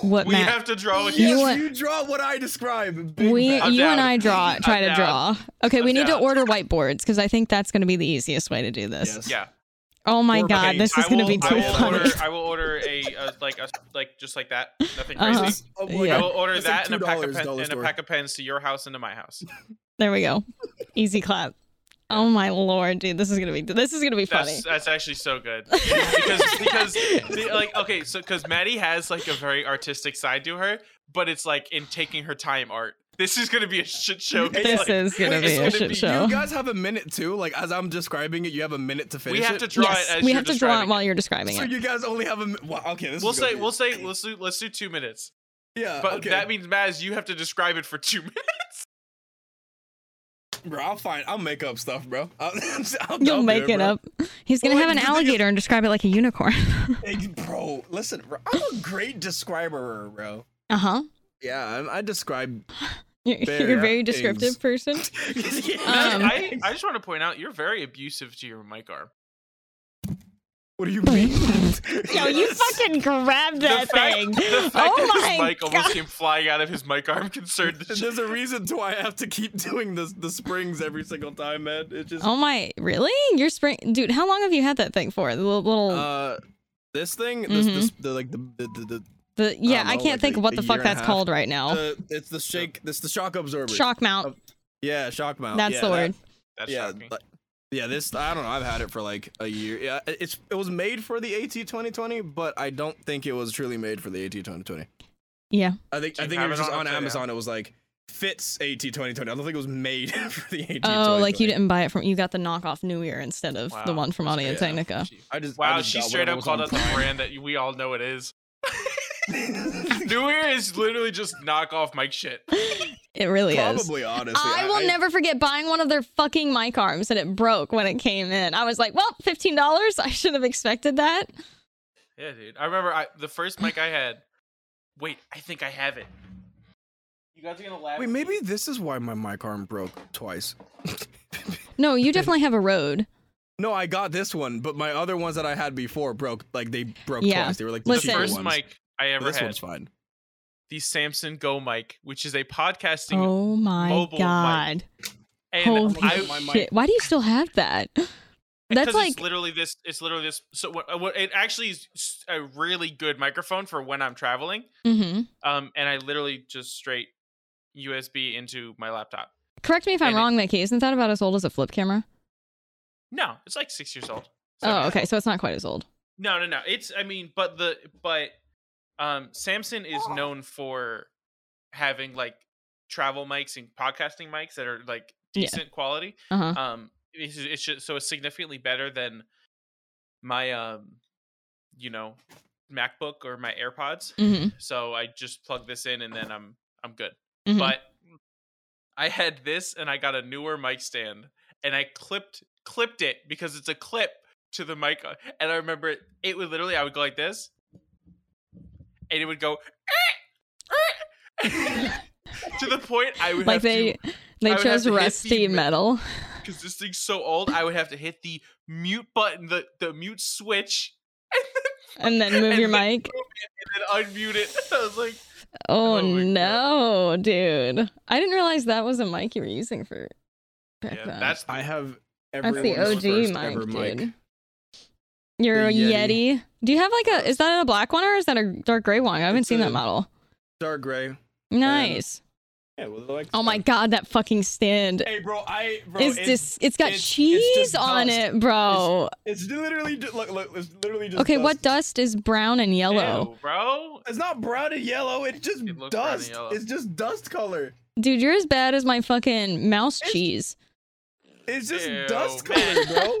Speaker 2: what
Speaker 1: we
Speaker 2: Matt
Speaker 1: have to draw what
Speaker 2: You
Speaker 1: he
Speaker 3: Yes,
Speaker 2: want-
Speaker 3: you draw what I describe. Big
Speaker 2: we
Speaker 3: Mac.
Speaker 1: I'm
Speaker 2: you
Speaker 1: down.
Speaker 2: and I draw try
Speaker 1: I'm
Speaker 2: to
Speaker 1: down.
Speaker 2: draw. Okay,
Speaker 1: I'm
Speaker 2: we need to
Speaker 1: down.
Speaker 2: order whiteboards because I think that's going to be the easiest way to do this.
Speaker 3: Yes.
Speaker 1: Yeah,
Speaker 2: Oh my
Speaker 3: Or
Speaker 2: god,
Speaker 3: paint.
Speaker 2: this is
Speaker 1: I
Speaker 2: going to
Speaker 1: will-
Speaker 2: be
Speaker 1: I
Speaker 2: too
Speaker 1: will
Speaker 2: funny.
Speaker 1: order. I will order a, uh like a like just like that. Nothing
Speaker 2: Uh-huh.
Speaker 1: crazy.
Speaker 3: Just- oh my
Speaker 2: Yeah.
Speaker 1: I
Speaker 3: God.
Speaker 1: will order
Speaker 3: It's
Speaker 1: that
Speaker 3: like
Speaker 1: and a pack of
Speaker 3: $2
Speaker 1: pen,
Speaker 3: dollar
Speaker 1: and a
Speaker 3: store.
Speaker 1: pack of pens to your house and to my house.
Speaker 2: There we go. Easy clap. Oh my lord, dude, this is going to be this is going to be funny.
Speaker 1: That's that's actually so good because because the- like okay so because Maddie has like a very artistic side to her, but it's like in taking her time art. This is gonna be a shit show. 'cause,
Speaker 2: This
Speaker 1: like,
Speaker 2: is going to
Speaker 1: it's
Speaker 2: be a
Speaker 1: gonna
Speaker 2: shit
Speaker 1: be-
Speaker 2: show.
Speaker 3: You guys have a minute too. Like as I'm describing it, you have a minute to finish.
Speaker 1: we have
Speaker 3: it.
Speaker 1: to draw it
Speaker 2: Yes,
Speaker 1: as
Speaker 2: we
Speaker 1: you're
Speaker 2: have to draw it
Speaker 1: describing
Speaker 2: while you're describing
Speaker 3: So
Speaker 2: it.
Speaker 3: you guys only have a. Mi- wow, okay, this
Speaker 1: We'll
Speaker 3: is gonna
Speaker 1: say
Speaker 3: be-
Speaker 1: we'll say let's do let's do two minutes,
Speaker 2: Uh,
Speaker 3: Yeah,
Speaker 1: but
Speaker 3: okay.
Speaker 1: that means Maz, you have to describe it for two minutes.
Speaker 3: bro, I'll find. I'll make up stuff, bro. I'll, I'll,
Speaker 2: You'll
Speaker 3: I'll do
Speaker 2: make it,
Speaker 3: bro.
Speaker 2: up. He's going to
Speaker 3: Well,
Speaker 2: have an
Speaker 3: like, the thing is-
Speaker 2: alligator and describe it like a unicorn.
Speaker 3: Hey, bro. Listen, bro, I'm a great describer, bro.
Speaker 2: uh-huh.
Speaker 3: Yeah, I'm, I describe.
Speaker 2: You're,
Speaker 3: Bear
Speaker 2: you're a very descriptive
Speaker 3: things.
Speaker 2: person.
Speaker 1: Maz,
Speaker 2: Um,
Speaker 1: I, I just want to point out you're very abusive to your mic arm.
Speaker 3: what do you mean?
Speaker 2: Yo, you fucking grabbed that
Speaker 1: the fact,
Speaker 2: thing.
Speaker 1: The fact
Speaker 2: oh
Speaker 1: that
Speaker 2: my
Speaker 1: his mic
Speaker 2: god.
Speaker 1: almost came flying out of his mic arm concerned the shit.
Speaker 3: There's a reason to why I have to keep doing this the springs every single time, man. It just
Speaker 2: Oh my, really? Your spring, dude. How long have you had that thing for? The little, little
Speaker 3: Uh, this thing, this, this
Speaker 2: Mm-hmm.
Speaker 3: the like the the, the, the,
Speaker 2: the yeah.
Speaker 1: uh,
Speaker 3: don't
Speaker 2: I
Speaker 3: know,
Speaker 2: can't
Speaker 3: like
Speaker 2: think
Speaker 3: a-
Speaker 2: of what
Speaker 3: a
Speaker 2: the
Speaker 3: year
Speaker 2: fuck
Speaker 3: and a
Speaker 2: that's
Speaker 3: half.
Speaker 2: called right now.
Speaker 3: the- it's the shake, this the shock absorber.
Speaker 2: Oh. Shock mount.
Speaker 3: uh, Yeah, shock mount.
Speaker 2: that's
Speaker 3: yeah,
Speaker 2: the
Speaker 3: that-
Speaker 2: word.
Speaker 1: That
Speaker 3: yeah,
Speaker 1: shocked me.
Speaker 3: like- yeah. This I don't know. I've had it for like a year. Yeah, it- it's it was made for the AT 2020, but I don't think it was truly made for the AT 2020.
Speaker 2: yeah.
Speaker 3: I think
Speaker 1: Do
Speaker 3: I
Speaker 1: you
Speaker 3: think
Speaker 1: have
Speaker 3: it was
Speaker 1: it
Speaker 3: just
Speaker 1: on
Speaker 3: on
Speaker 1: Amazon?
Speaker 3: Amazon. It was like fits AT 2020. I don't think it was made for the AT.
Speaker 2: Oh, like you
Speaker 3: 2020.
Speaker 2: didn't buy it from you got the knockoff New Year instead of the
Speaker 1: Wow.
Speaker 2: one from Audio
Speaker 3: Yeah.
Speaker 2: Technica.
Speaker 3: I just I
Speaker 1: Wow,
Speaker 3: just
Speaker 1: she
Speaker 3: got
Speaker 1: straight
Speaker 3: whatever
Speaker 1: up
Speaker 3: was
Speaker 1: called
Speaker 3: on
Speaker 1: out the
Speaker 3: Prime.
Speaker 1: brand that we all know it is. New Year is literally just knock off Mike shit.
Speaker 2: It really is.
Speaker 3: Probably, honestly.
Speaker 2: I will never forget buying one of their fucking mic arms and it broke when it came in. I was like, well, fifteen dollars. I should have expected that.
Speaker 1: Yeah, dude. I remember I, the first mic I had. Wait, I think I have it. You guys are gonna laugh.
Speaker 3: Wait,
Speaker 1: at me.
Speaker 3: maybe this is why my mic arm broke twice.
Speaker 2: No, you definitely have a road.
Speaker 3: No, I got this one, but my other ones that I had before broke. Like they broke
Speaker 2: Yeah.
Speaker 3: twice. They were like
Speaker 1: the
Speaker 2: Listen.
Speaker 3: cheaper
Speaker 1: first
Speaker 3: ones.
Speaker 1: mic I
Speaker 3: But
Speaker 1: ever
Speaker 3: this
Speaker 1: had.
Speaker 3: one's fine.
Speaker 1: The Samson Go mic, which is a podcasting,
Speaker 2: Oh my
Speaker 1: mobile mic.
Speaker 2: god!
Speaker 1: and
Speaker 2: Holy
Speaker 1: I
Speaker 3: my mic-
Speaker 2: shit! Why do you still have that?
Speaker 1: Because
Speaker 2: That's like
Speaker 1: it's literally this. It's literally this. So what, what, it actually is s- a really good microphone for when I'm traveling.
Speaker 2: hmm
Speaker 1: Um, and I literally just straight USB into my laptop.
Speaker 2: Correct me if I'm
Speaker 1: And it-
Speaker 2: wrong, Mickey. Isn't that about as old as a flip camera?
Speaker 1: No, it's like six years old. seven
Speaker 2: Oh,
Speaker 1: years
Speaker 2: okay.
Speaker 1: old.
Speaker 2: So it's not quite as old.
Speaker 1: No, no, no. It's I mean, but the but um, Samson is known for having like travel mics and podcasting mics that are like
Speaker 2: Yeah.
Speaker 1: decent quality.
Speaker 2: Uh huh.
Speaker 1: um it's, ju- it's just so it's significantly better than my um you know macbook or my airpods
Speaker 2: hmm
Speaker 1: so i just plug this in and then i'm i'm good
Speaker 2: Mhm.
Speaker 1: but i had this and i got a newer mic stand and i clipped clipped it because it's a clip to the mic uh, and i remember it, it would literally i would go like this and it would go to the point i would
Speaker 2: Like
Speaker 1: have to-
Speaker 2: they they
Speaker 1: I would have
Speaker 2: chose
Speaker 1: to hit the
Speaker 2: rusty
Speaker 1: me-
Speaker 2: metal.
Speaker 1: because this thing's so old, I would have to hit the mute button, the, the mute switch,
Speaker 2: and then move
Speaker 1: and
Speaker 2: your
Speaker 1: then-
Speaker 2: mic.
Speaker 1: and then unmute it. I was like,
Speaker 2: Oh,
Speaker 1: Oh my God.
Speaker 2: no, dude! I didn't realize that was a mic you were using for. Back
Speaker 1: yeah,
Speaker 2: then.
Speaker 1: that's
Speaker 3: I have.
Speaker 2: That's the
Speaker 3: everyone's
Speaker 2: OG
Speaker 3: first ever
Speaker 2: mic, dude. Your
Speaker 3: The Yeti.
Speaker 2: Yeti. Do you have like a? Is that a black one or is that a dark gray one? I haven't
Speaker 3: It's
Speaker 2: seen
Speaker 3: a-
Speaker 2: that model.
Speaker 3: Dark gray.
Speaker 2: Nice.
Speaker 3: Yeah. Well, like
Speaker 2: Oh my god, that fucking stand.
Speaker 3: Hey, bro. I bro.
Speaker 2: is
Speaker 3: it's-
Speaker 2: this? It's got
Speaker 3: it's- it's
Speaker 2: cheese
Speaker 3: just
Speaker 2: on
Speaker 3: dust.
Speaker 2: it, bro.
Speaker 3: It's literally just look, look. It's literally just.
Speaker 2: Okay, what dust is brown and yellow?
Speaker 1: "Ew, bro.
Speaker 3: It's not brown and yellow. It's just
Speaker 1: It looks brown and
Speaker 3: dust.
Speaker 1: yellow.
Speaker 3: It's just dust color.
Speaker 2: Dude, you're as bad as my fucking mouse
Speaker 3: It's-
Speaker 2: cheese.
Speaker 3: It's just
Speaker 1: Ew,
Speaker 3: dust color,
Speaker 1: man.
Speaker 3: bro.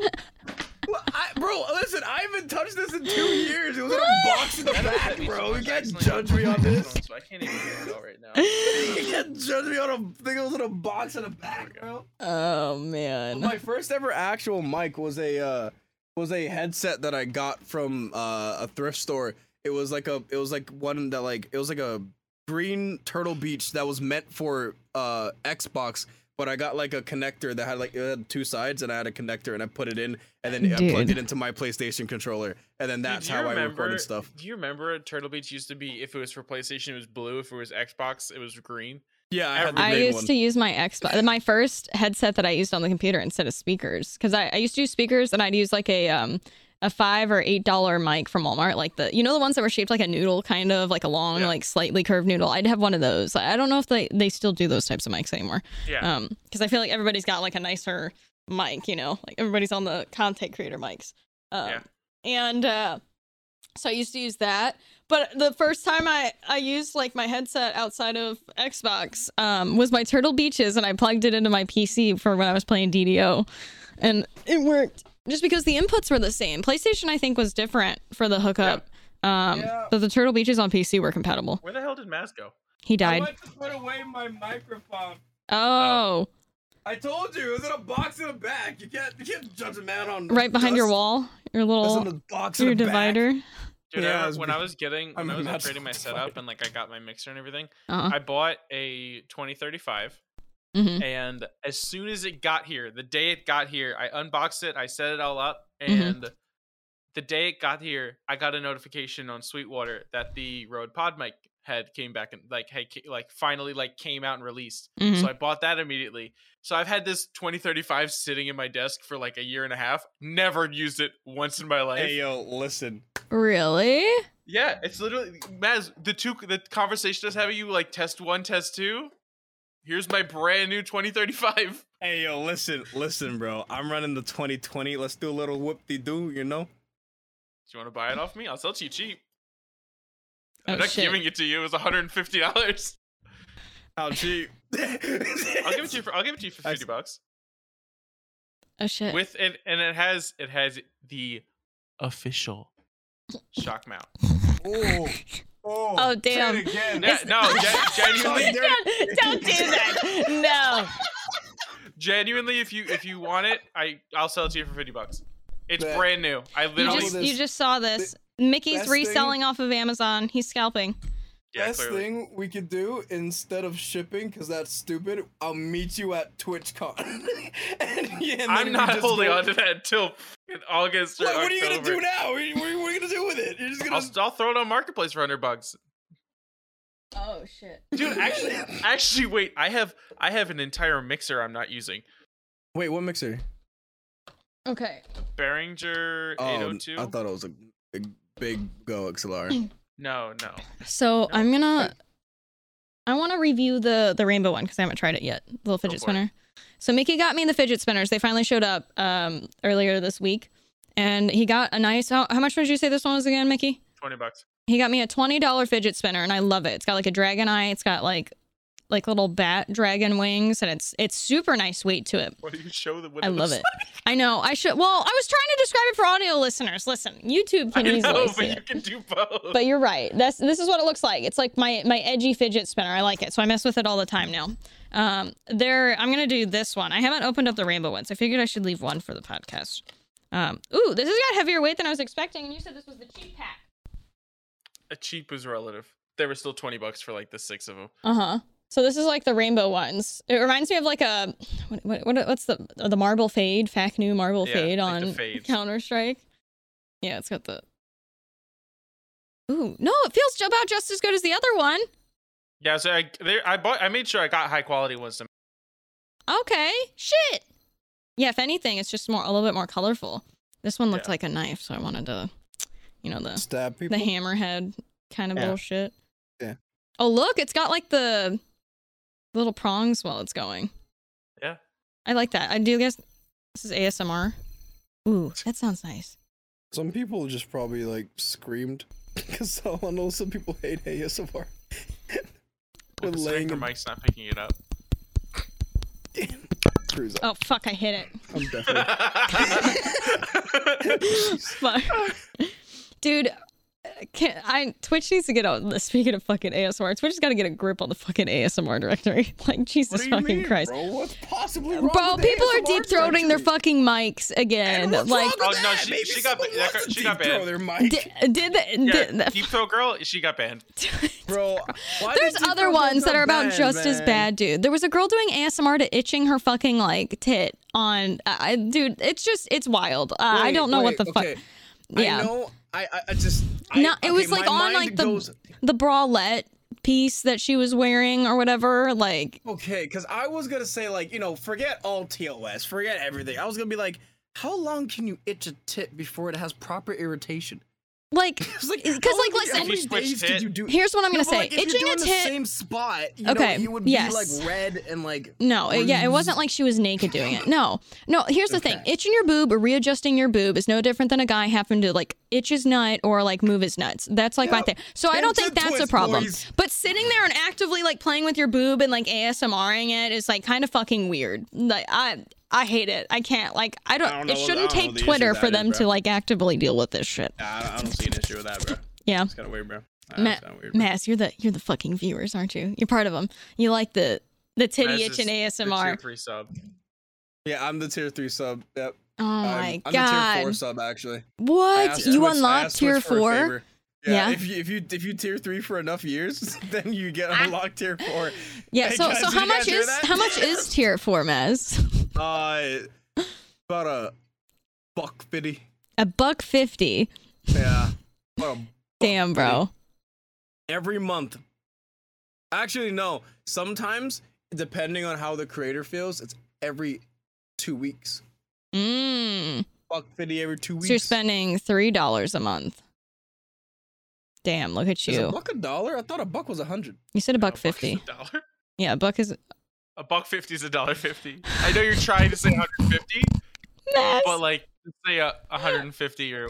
Speaker 3: Well, I, bro, listen. I haven't touched this in two years. It was in a box in the
Speaker 1: That upset
Speaker 3: back,
Speaker 1: me so
Speaker 3: bro.
Speaker 1: much.
Speaker 3: You
Speaker 1: I
Speaker 3: can't
Speaker 1: accidentally
Speaker 3: judge me
Speaker 1: opened
Speaker 3: on
Speaker 1: my
Speaker 3: this.
Speaker 1: phone, so I can't even get it out right now.
Speaker 3: You can't judge me on a thing that was in a box in the back, bro.
Speaker 2: Oh man.
Speaker 3: My first ever actual mic was a uh, was a headset that I got from uh, a thrift store. It was like a it was like one that like it was like a green Turtle Beach that was meant for uh, Xbox, but I got like a connector that had like it had two sides, and I had a connector, and I put it in, and then I plugged
Speaker 2: Dude.
Speaker 3: it into my PlayStation controller, and then that's
Speaker 1: Dude, do
Speaker 3: how
Speaker 1: you
Speaker 3: I recorded stuff.
Speaker 1: Do you remember Turtle Beach used to be if it was for PlayStation, it was blue. If it was Xbox, it was green.
Speaker 3: Yeah, I had the
Speaker 1: Every-
Speaker 2: I
Speaker 3: green
Speaker 2: used
Speaker 3: one.
Speaker 2: to use my Xbox, my first headset that I used on the computer instead of speakers, because I, I used to use speakers and I'd use like a um a five or eight dollar mic from Walmart, like the you know the ones that were shaped like a noodle, kind of like a long,
Speaker 1: Yeah.
Speaker 2: like slightly curved noodle. I'd have one of those. I don't know if they they still do those types of mics anymore,
Speaker 1: Yeah.
Speaker 3: Uh,
Speaker 2: um, because I feel like everybody's got like a nicer mic, you know, like everybody's on the content creator mics. Um,
Speaker 1: Yeah.
Speaker 2: And uh, so I used to use that. But the first time I, I used like my headset outside of Xbox um, was my Turtle Beaches, and I plugged it into my PC for when I was playing DDO, and it worked just because the inputs were the same. PlayStation I think was different for the hookup, um,
Speaker 3: Yeah.
Speaker 2: but the Turtle Beaches on PC were compatible.
Speaker 1: Where the hell did Maz go?
Speaker 2: He died.
Speaker 3: to put away my microphone.
Speaker 2: Oh,
Speaker 3: I told you it was in a box in the back. You can't you can't judge a man on
Speaker 2: right behind your
Speaker 3: dust.
Speaker 2: wall, your
Speaker 3: It's
Speaker 2: little
Speaker 3: in the box in
Speaker 2: your
Speaker 3: the back.
Speaker 2: divider.
Speaker 1: Dude,
Speaker 3: Yeah,
Speaker 1: I
Speaker 3: I
Speaker 1: remember
Speaker 3: was
Speaker 1: when
Speaker 3: be-
Speaker 1: I was getting when
Speaker 3: I'm
Speaker 1: I was
Speaker 3: imagining
Speaker 1: upgrading my
Speaker 3: the
Speaker 1: setup
Speaker 3: fire.
Speaker 1: and like I got my mixer and everything,
Speaker 2: Uh-huh.
Speaker 1: I bought a 2035
Speaker 3: Mm-hmm.
Speaker 2: Mhm.
Speaker 1: and as soon as it got here the day it got here i unboxed it i set it all up
Speaker 3: Mm-hmm.
Speaker 2: Mhm.
Speaker 1: and the day it got here i got a notification on sweetwater that the rode pod mic head came back and like hey ca- like finally like came out and released
Speaker 2: Mhm.
Speaker 1: so i bought that immediately so i've had this 2035 sitting in my desk for like a year and a half never used it once in my life
Speaker 3: Hey yo, listen.
Speaker 2: Really?
Speaker 1: yeah it's literally maz the two the conversation is having you like test one test two here's my brand new 2035
Speaker 3: Hey yo, listen, listen, bro. I'm running the 2020. Let's do a little whoop de doo, you know?
Speaker 1: Do you want to buy it off me? I'll sell it to you cheap.
Speaker 2: Oh,
Speaker 1: I'm not
Speaker 2: shit.
Speaker 1: giving it to you. It was $150.
Speaker 3: How cheap?
Speaker 1: I'll give it to you for I'll give it to you for fifty
Speaker 3: Excellent.
Speaker 1: bucks.
Speaker 2: Oh shit.
Speaker 1: With it and it has it has the official shock mount.
Speaker 4: Oh, oh,
Speaker 2: Oh,
Speaker 4: say it
Speaker 2: damn.
Speaker 4: again.
Speaker 1: No, no gen-
Speaker 4: Sorry,
Speaker 1: genuinely,
Speaker 4: dude.
Speaker 2: Oh, Don't, don't do that. No.
Speaker 1: genuinely, if you if you want it, I I'll sell it to you for fifty bucks. It's
Speaker 4: Bet.
Speaker 1: brand new. I
Speaker 2: You
Speaker 1: literally,
Speaker 2: just you just saw this. Mickey's
Speaker 4: best
Speaker 2: reselling off of Amazon. He's scalping.
Speaker 1: yeah,
Speaker 4: Best
Speaker 1: clearly.
Speaker 4: thing we could do instead of shipping, because that's stupid. I'll meet you at TwitchCon. and, yeah, and then we
Speaker 1: I'm not
Speaker 4: just
Speaker 1: holding
Speaker 4: go-
Speaker 1: on to that until in August or
Speaker 4: Like, what are you gonna
Speaker 1: October.
Speaker 4: do now? What are you, what are you gonna do with it? You're just gonna
Speaker 1: I'll, I'll throw it on marketplace for hundred bucks,
Speaker 2: Oh shit.
Speaker 1: dude. Actually, actually, wait. I have I have an entire mixer I'm not using.
Speaker 3: Wait, what mixer?
Speaker 2: Okay.
Speaker 1: Behringer
Speaker 3: Oh,
Speaker 1: 802.
Speaker 3: I thought it was a, a big go XLR.
Speaker 1: no, no.
Speaker 2: So I'm gonna. I want to review the the rainbow one because I haven't tried it yet. The little fidget
Speaker 1: for it.
Speaker 2: spinner. So Mickey got me the fidget spinners. They finally showed up um, earlier this week, and he got a nice. How, how much would you say this one was again, Mickey?
Speaker 1: Twenty bucks.
Speaker 2: He got me a twenty dollar fidget spinner, and I love it. It's got like a dragon eye. It's got like like little bat dragon wings, and it's it's super nice weight to it.
Speaker 1: What do you show the?
Speaker 2: I love it. I know. I should. Well, I was trying to describe it for audio listeners. Listen, YouTube
Speaker 1: I
Speaker 2: can easily
Speaker 1: know,
Speaker 2: see
Speaker 1: but
Speaker 2: it
Speaker 1: you can do both.
Speaker 2: but you're right. That's this is what it looks like. It's like my my edgy fidget spinner. I like it, so I mess with it all the time now. Um, there, I'm gonna do this one. I haven't opened up the rainbow one, so I figured I should leave one for the podcast. Um, ooh, this has got heavier weight than I was expecting, and you said this was the cheap pack.
Speaker 1: a cheap was relative. There were still twenty bucks for like the six of them.
Speaker 2: Uh huh. So this is like the rainbow ones. It reminds me of like a what, what, what what's the the marble fade, fac new marble
Speaker 1: Yeah,
Speaker 2: fade
Speaker 1: like the
Speaker 2: on
Speaker 1: fades.
Speaker 2: Counter Strike. Yeah, it's got the. Ooh, no, it feels about just as good as the other one.
Speaker 1: Yeah, so I there I bought I made sure I got high quality ones. to-
Speaker 2: Okay. Shit. Yeah, if anything, it's just more a little bit more colorful. This one looked
Speaker 1: Yeah.
Speaker 2: like a knife, so I wanted to, you know, the
Speaker 4: stab
Speaker 2: the
Speaker 4: people.
Speaker 2: hammerhead kind of
Speaker 3: Yeah.
Speaker 2: bullshit.
Speaker 4: Yeah.
Speaker 2: Oh look, it's got like the little prongs while it's going.
Speaker 1: Yeah.
Speaker 2: I like that. I do guess this is ASMR. Ooh, that sounds nice.
Speaker 4: Some people just probably like screamed because I know some people hate ASMR. We're
Speaker 1: It's like
Speaker 4: laying
Speaker 1: your
Speaker 4: in
Speaker 1: mic's not picking it up.
Speaker 4: screws up.
Speaker 2: Oh fuck, I hit it.
Speaker 4: I'm definitely.
Speaker 2: Fuck. Dude, can, I Twitch needs to get on. Speaking of fucking ASMR, Twitch has got to get a grip on the fucking ASMR directory. Like
Speaker 4: What
Speaker 2: Jesus
Speaker 4: do you
Speaker 2: fucking
Speaker 4: mean,
Speaker 2: Christ,
Speaker 4: bro? What's possibly wrong
Speaker 2: bro!
Speaker 4: with the
Speaker 2: people are
Speaker 4: ASMR
Speaker 2: deep throating their
Speaker 4: directory?
Speaker 2: fucking mics again.
Speaker 4: And what's
Speaker 2: like,
Speaker 4: wrong with
Speaker 1: Oh, no,
Speaker 4: that?
Speaker 1: she-
Speaker 4: Maybe
Speaker 1: she got-
Speaker 4: someone
Speaker 1: that
Speaker 4: wants
Speaker 1: got-
Speaker 4: to
Speaker 1: she got
Speaker 4: deep throw
Speaker 1: banned.
Speaker 4: Their mic.
Speaker 2: did, did the,
Speaker 1: yeah,
Speaker 2: the-
Speaker 1: Deep Throat Girl, she got banned.
Speaker 3: Bro, why
Speaker 2: there's
Speaker 3: does he
Speaker 2: other
Speaker 3: throw
Speaker 2: ones
Speaker 3: things
Speaker 2: that
Speaker 3: on
Speaker 2: are about
Speaker 3: Ben,
Speaker 2: just as
Speaker 3: man?
Speaker 2: bad, dude. There was a girl doing ASMR to itching her fucking like tit on. uh, I, I- dude, it's just it's wild. Uh, I
Speaker 3: Wait,
Speaker 2: don't know
Speaker 3: wait,
Speaker 2: what the fuck.
Speaker 3: okay.
Speaker 2: Yeah.
Speaker 3: I know. I I- I just. I,
Speaker 2: No, it was,
Speaker 3: okay,
Speaker 2: like,
Speaker 3: my
Speaker 2: on,
Speaker 3: mind
Speaker 2: like, the-
Speaker 3: goes-
Speaker 2: the bralette piece that she was wearing or whatever like
Speaker 3: Okay, because I was gonna say like you know forget all TOS, forget everything. I was gonna be like, how long can you itch a tit before it has proper irritation?
Speaker 2: like
Speaker 3: Because like, oh,
Speaker 2: 'Cause,
Speaker 3: how
Speaker 2: like,
Speaker 3: long- how
Speaker 2: listen-
Speaker 1: You
Speaker 3: many
Speaker 1: switch
Speaker 3: days
Speaker 1: tit.
Speaker 3: did you do?
Speaker 2: here's what i'm
Speaker 3: No,
Speaker 2: gonna
Speaker 3: but,
Speaker 2: say
Speaker 3: like, if
Speaker 2: itching
Speaker 3: you're
Speaker 2: a
Speaker 3: doing
Speaker 2: tit
Speaker 3: the same spot, you
Speaker 2: Okay,
Speaker 3: know, you would
Speaker 2: yes.
Speaker 3: be like red and like.
Speaker 2: no it- yeah it wasn't like she was naked doing it no no here's the thing itching your boob or readjusting your boob is no different than a guy having to like itch his nut or like move his nuts that's like my thing so i don't
Speaker 3: Tension
Speaker 2: think that's a
Speaker 3: twist,
Speaker 2: problem
Speaker 3: boys.
Speaker 2: but sitting there and actively like playing with your boob and like asmring it is like kind of fucking weird like i i hate it i can't like i don't,
Speaker 3: I don't know
Speaker 2: it
Speaker 3: what- I
Speaker 2: shouldn't
Speaker 3: don't know
Speaker 2: take
Speaker 3: the issue
Speaker 2: twitter
Speaker 3: that
Speaker 2: for
Speaker 3: is,
Speaker 2: them
Speaker 3: bro.
Speaker 2: to like actively deal with this shit
Speaker 3: Nah, I don't, I don't see an issue with that, bro.
Speaker 2: yeah
Speaker 3: kind of weird, bro. Nah,
Speaker 2: Ma-
Speaker 3: it's kinda weird, bro.
Speaker 2: Mass, you're the you're the fucking viewers, aren't you? You're part of them. You like the the
Speaker 1: Mass
Speaker 2: titty
Speaker 1: is
Speaker 2: itch and
Speaker 1: The
Speaker 2: ASMR.
Speaker 1: tier three sub.
Speaker 3: Yeah, I'm the tier three sub. Yep.
Speaker 2: Oh my
Speaker 3: I'm, I'm the tier
Speaker 2: god!
Speaker 3: four sub actually. I
Speaker 2: What
Speaker 3: asked
Speaker 2: you
Speaker 3: Twitch- I
Speaker 2: unlock
Speaker 3: asked
Speaker 2: tier
Speaker 3: Twitch for a
Speaker 2: four?
Speaker 3: favor. Yeah,
Speaker 2: Yeah.
Speaker 3: If you if you if you tier three for enough years, then you get unlocked tier four.
Speaker 2: Yeah.
Speaker 3: Hey,
Speaker 2: So
Speaker 3: guys,
Speaker 2: so
Speaker 3: did
Speaker 2: how
Speaker 3: you guys
Speaker 2: much
Speaker 3: hear
Speaker 2: is
Speaker 3: that?
Speaker 2: how much is tier four, Maz?
Speaker 3: Uh, about a buck fifty.
Speaker 2: A buck fifty.
Speaker 3: Yeah, about a
Speaker 2: Damn, bro.
Speaker 3: every month. Actually, no. Sometimes, depending on how the creator feels, it's every two weeks.
Speaker 2: Mm.
Speaker 3: Buck fifty every two weeks.
Speaker 2: So you're spending three dollars a month. Damn! Look at
Speaker 3: Is a
Speaker 2: you.
Speaker 3: buck a dollar? I thought a buck was a hundred.
Speaker 2: You said a
Speaker 1: No,
Speaker 2: buck
Speaker 1: is a
Speaker 2: fifty.
Speaker 1: dollar.
Speaker 2: Yeah, a buck is.
Speaker 1: A buck fifty is a dollar fifty. I know you're trying to say 150,
Speaker 2: Maz.
Speaker 1: but like say a 150 or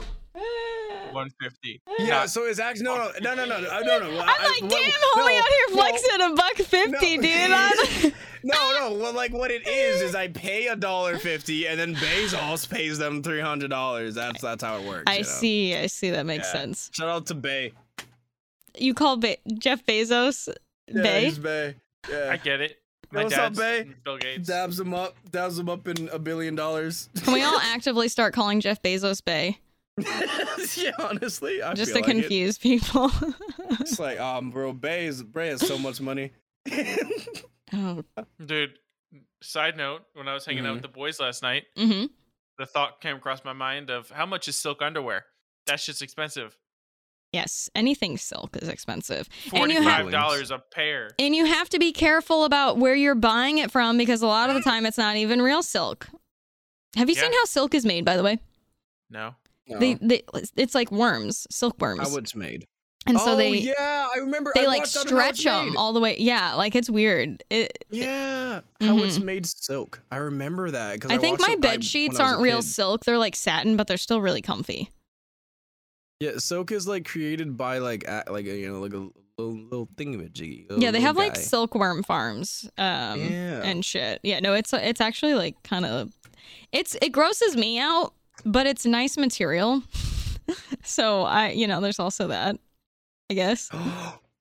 Speaker 1: one fifty.
Speaker 3: Yeah, so it's actually no, no, no, no, no, no, no.
Speaker 2: I'm like, damn, homie out here flexing a buck fifty,
Speaker 3: no.
Speaker 2: dude. I'm-
Speaker 3: No, no. Well, like what it is is I pay a dollar fifty, and then Bezos pays them three hundred dollars. That's that's how it works.
Speaker 2: I
Speaker 3: you know?
Speaker 2: see, I see. That makes
Speaker 3: Yeah.
Speaker 2: sense.
Speaker 3: Shout out to Bay.
Speaker 2: You call Be- Jeff Bezos Bay?
Speaker 3: Bay.
Speaker 1: I
Speaker 3: Yeah.
Speaker 1: get it.
Speaker 3: Yo,
Speaker 1: My
Speaker 3: what's up,
Speaker 1: dad's
Speaker 3: bae?
Speaker 1: Bill Gates.
Speaker 3: Dabs him up, dabs him up in a billion dollars.
Speaker 2: Can we all actively start calling Jeff Bezos Bay
Speaker 3: yeah, honestly, I
Speaker 2: just to
Speaker 3: feel like it.
Speaker 2: confuse people?
Speaker 3: It's like, um, bro, Bay is Bay has so much money.
Speaker 2: oh,
Speaker 1: Dude, side note, when I was hanging
Speaker 2: Mm-hmm.
Speaker 1: out with the boys last night,
Speaker 2: hmm
Speaker 1: the thought came across my mind of how much is silk underwear? That shit's expensive.
Speaker 2: yes. Anything silk is expensive, And you have-
Speaker 1: Forty-five dollars a pair.
Speaker 2: and you have to be careful about where you're buying it from because a lot of the time it's not even real silk. Have you seen
Speaker 1: Yeah.
Speaker 2: how silk is made, by the way?
Speaker 1: No.
Speaker 2: They, they, it's like worms, silkworms,
Speaker 3: it's made.
Speaker 2: and so
Speaker 3: oh,
Speaker 2: they
Speaker 3: yeah, I remember.
Speaker 2: they
Speaker 3: I
Speaker 2: like
Speaker 3: watched on How It's
Speaker 2: stretch them
Speaker 3: Made.
Speaker 2: all the way. Yeah, like it's weird. It,
Speaker 3: Yeah, how
Speaker 2: Mhm.
Speaker 3: it's made silk. I remember that because I,
Speaker 2: I think
Speaker 3: watched
Speaker 2: my
Speaker 3: it by- when
Speaker 2: bed sheets
Speaker 3: I was a
Speaker 2: aren't real
Speaker 3: kid.
Speaker 2: silk; they're like satin, but they're still really comfy.
Speaker 3: Yeah, silk is like created by like a, like a, you know like a little, little thingamajiggy.
Speaker 2: yeah, they
Speaker 3: little
Speaker 2: have like
Speaker 3: guy.
Speaker 2: silkworm farms, um,
Speaker 3: Yeah.
Speaker 2: and shit. Yeah, no, it's it's actually like kind of, it's it grosses me out, but it's nice material. so I, you know, there's also that. I guess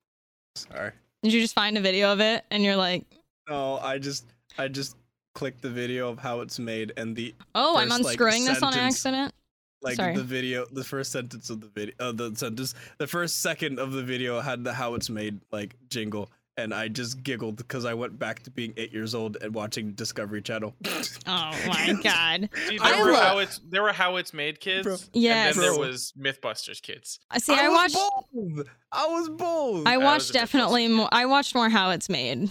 Speaker 3: Sorry.
Speaker 2: did you just find a video of it and you're like,
Speaker 3: No, I just I just clicked the video of how it's made and the
Speaker 2: oh, i I'm
Speaker 3: First, like,
Speaker 2: unscrewing this on
Speaker 3: sentence.
Speaker 2: accident.
Speaker 3: like
Speaker 2: Sorry.
Speaker 3: the video the first sentence of the video uh, the sentence the first second of the video had the how it's made like jingle and I just giggled because I went back to being eight years old and watching Discovery Channel.
Speaker 2: Oh my god!
Speaker 1: Dude,
Speaker 2: I
Speaker 1: there were
Speaker 2: love-
Speaker 1: how it's there were how it's made kids.
Speaker 3: Bro.
Speaker 2: Yes.
Speaker 1: And then there
Speaker 3: Bro.
Speaker 1: was Mythbusters kids.
Speaker 2: I Uh, See, I,
Speaker 3: was
Speaker 2: watched.
Speaker 3: bold. I was bold.
Speaker 2: I
Speaker 1: was
Speaker 2: watched
Speaker 1: a bit
Speaker 2: definitely more. I watched more How It's Made,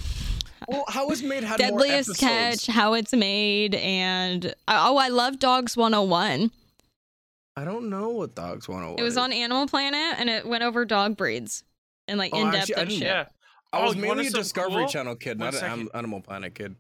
Speaker 3: well, how it's made had more
Speaker 2: Deadliest
Speaker 3: episodes.
Speaker 2: Catch, How It's Made, and oh, I love Dogs 101.
Speaker 3: I don't know what dogs want to watch.
Speaker 2: It was on Animal Planet, and it went over dog breeds and like
Speaker 3: Oh,
Speaker 2: in depth
Speaker 3: actually, I
Speaker 2: and
Speaker 3: didn't-
Speaker 2: shit.
Speaker 1: Yeah.
Speaker 3: I
Speaker 1: Oh,
Speaker 3: was
Speaker 1: you wanna
Speaker 3: mainly a
Speaker 1: something
Speaker 3: Discovery
Speaker 1: cool?
Speaker 3: Channel kid,
Speaker 1: One
Speaker 3: not an
Speaker 1: second.
Speaker 3: Am- Animal Planet kid.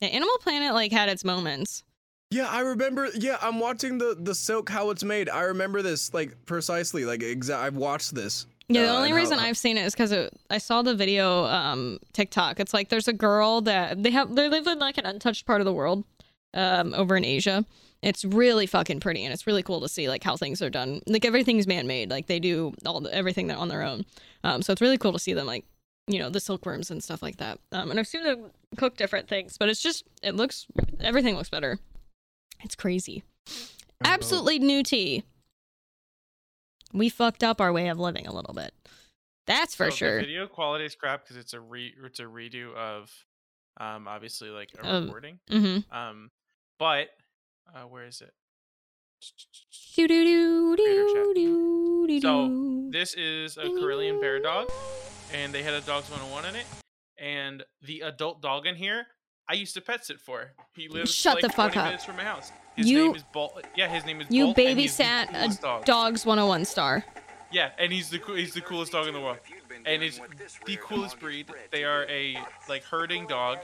Speaker 2: Yeah, Animal Planet like had its moments.
Speaker 3: Yeah, I remember. Yeah, I'm watching the the silk how it's made. I remember this like precisely. Like exa- I've watched this.
Speaker 2: Yeah, the
Speaker 3: Uh,
Speaker 2: only
Speaker 3: and how-
Speaker 2: reason
Speaker 3: how-
Speaker 2: I've seen it is because I saw the video um, TikTok. It's like there's a girl that they have they live in like an untouched part of the world um, over in Asia. It's really fucking pretty and it's really cool to see like how things are done. Like everything's man made. Like they do all the, everything on their own. Um, so it's really cool to see them like you know the silkworms and stuff like that. Um, and I've seen them cook different things, but it's just it looks everything looks better. It's crazy. Absolutely new tea. We fucked up our way of living a little bit. That's for
Speaker 1: So the
Speaker 2: sure.
Speaker 1: video quality is crap because it's a re it's a redo of um obviously like a
Speaker 2: Um,
Speaker 1: recording.
Speaker 2: Mm-hmm.
Speaker 1: Um but uh where is it?
Speaker 2: Do do do
Speaker 1: Creator chat.
Speaker 2: do do do.
Speaker 1: So,
Speaker 2: do.
Speaker 1: This is a Carillion bear dog and they had a dogs 101 in it. And the adult dog in here, I used to pet sit for. He lives
Speaker 2: Shut
Speaker 1: like,
Speaker 2: the fuck
Speaker 1: 20
Speaker 2: up.
Speaker 1: minutes from my house. His
Speaker 2: You-
Speaker 1: name is Bolt. Yeah, his name is
Speaker 2: you
Speaker 1: Bolt, and he's the
Speaker 2: babysat a
Speaker 1: coolest dog.
Speaker 2: Dogs 101 star.
Speaker 1: Yeah, and he's the coo- he's the coolest dog in the world, and it's the coolest breed. They are a like herding dog.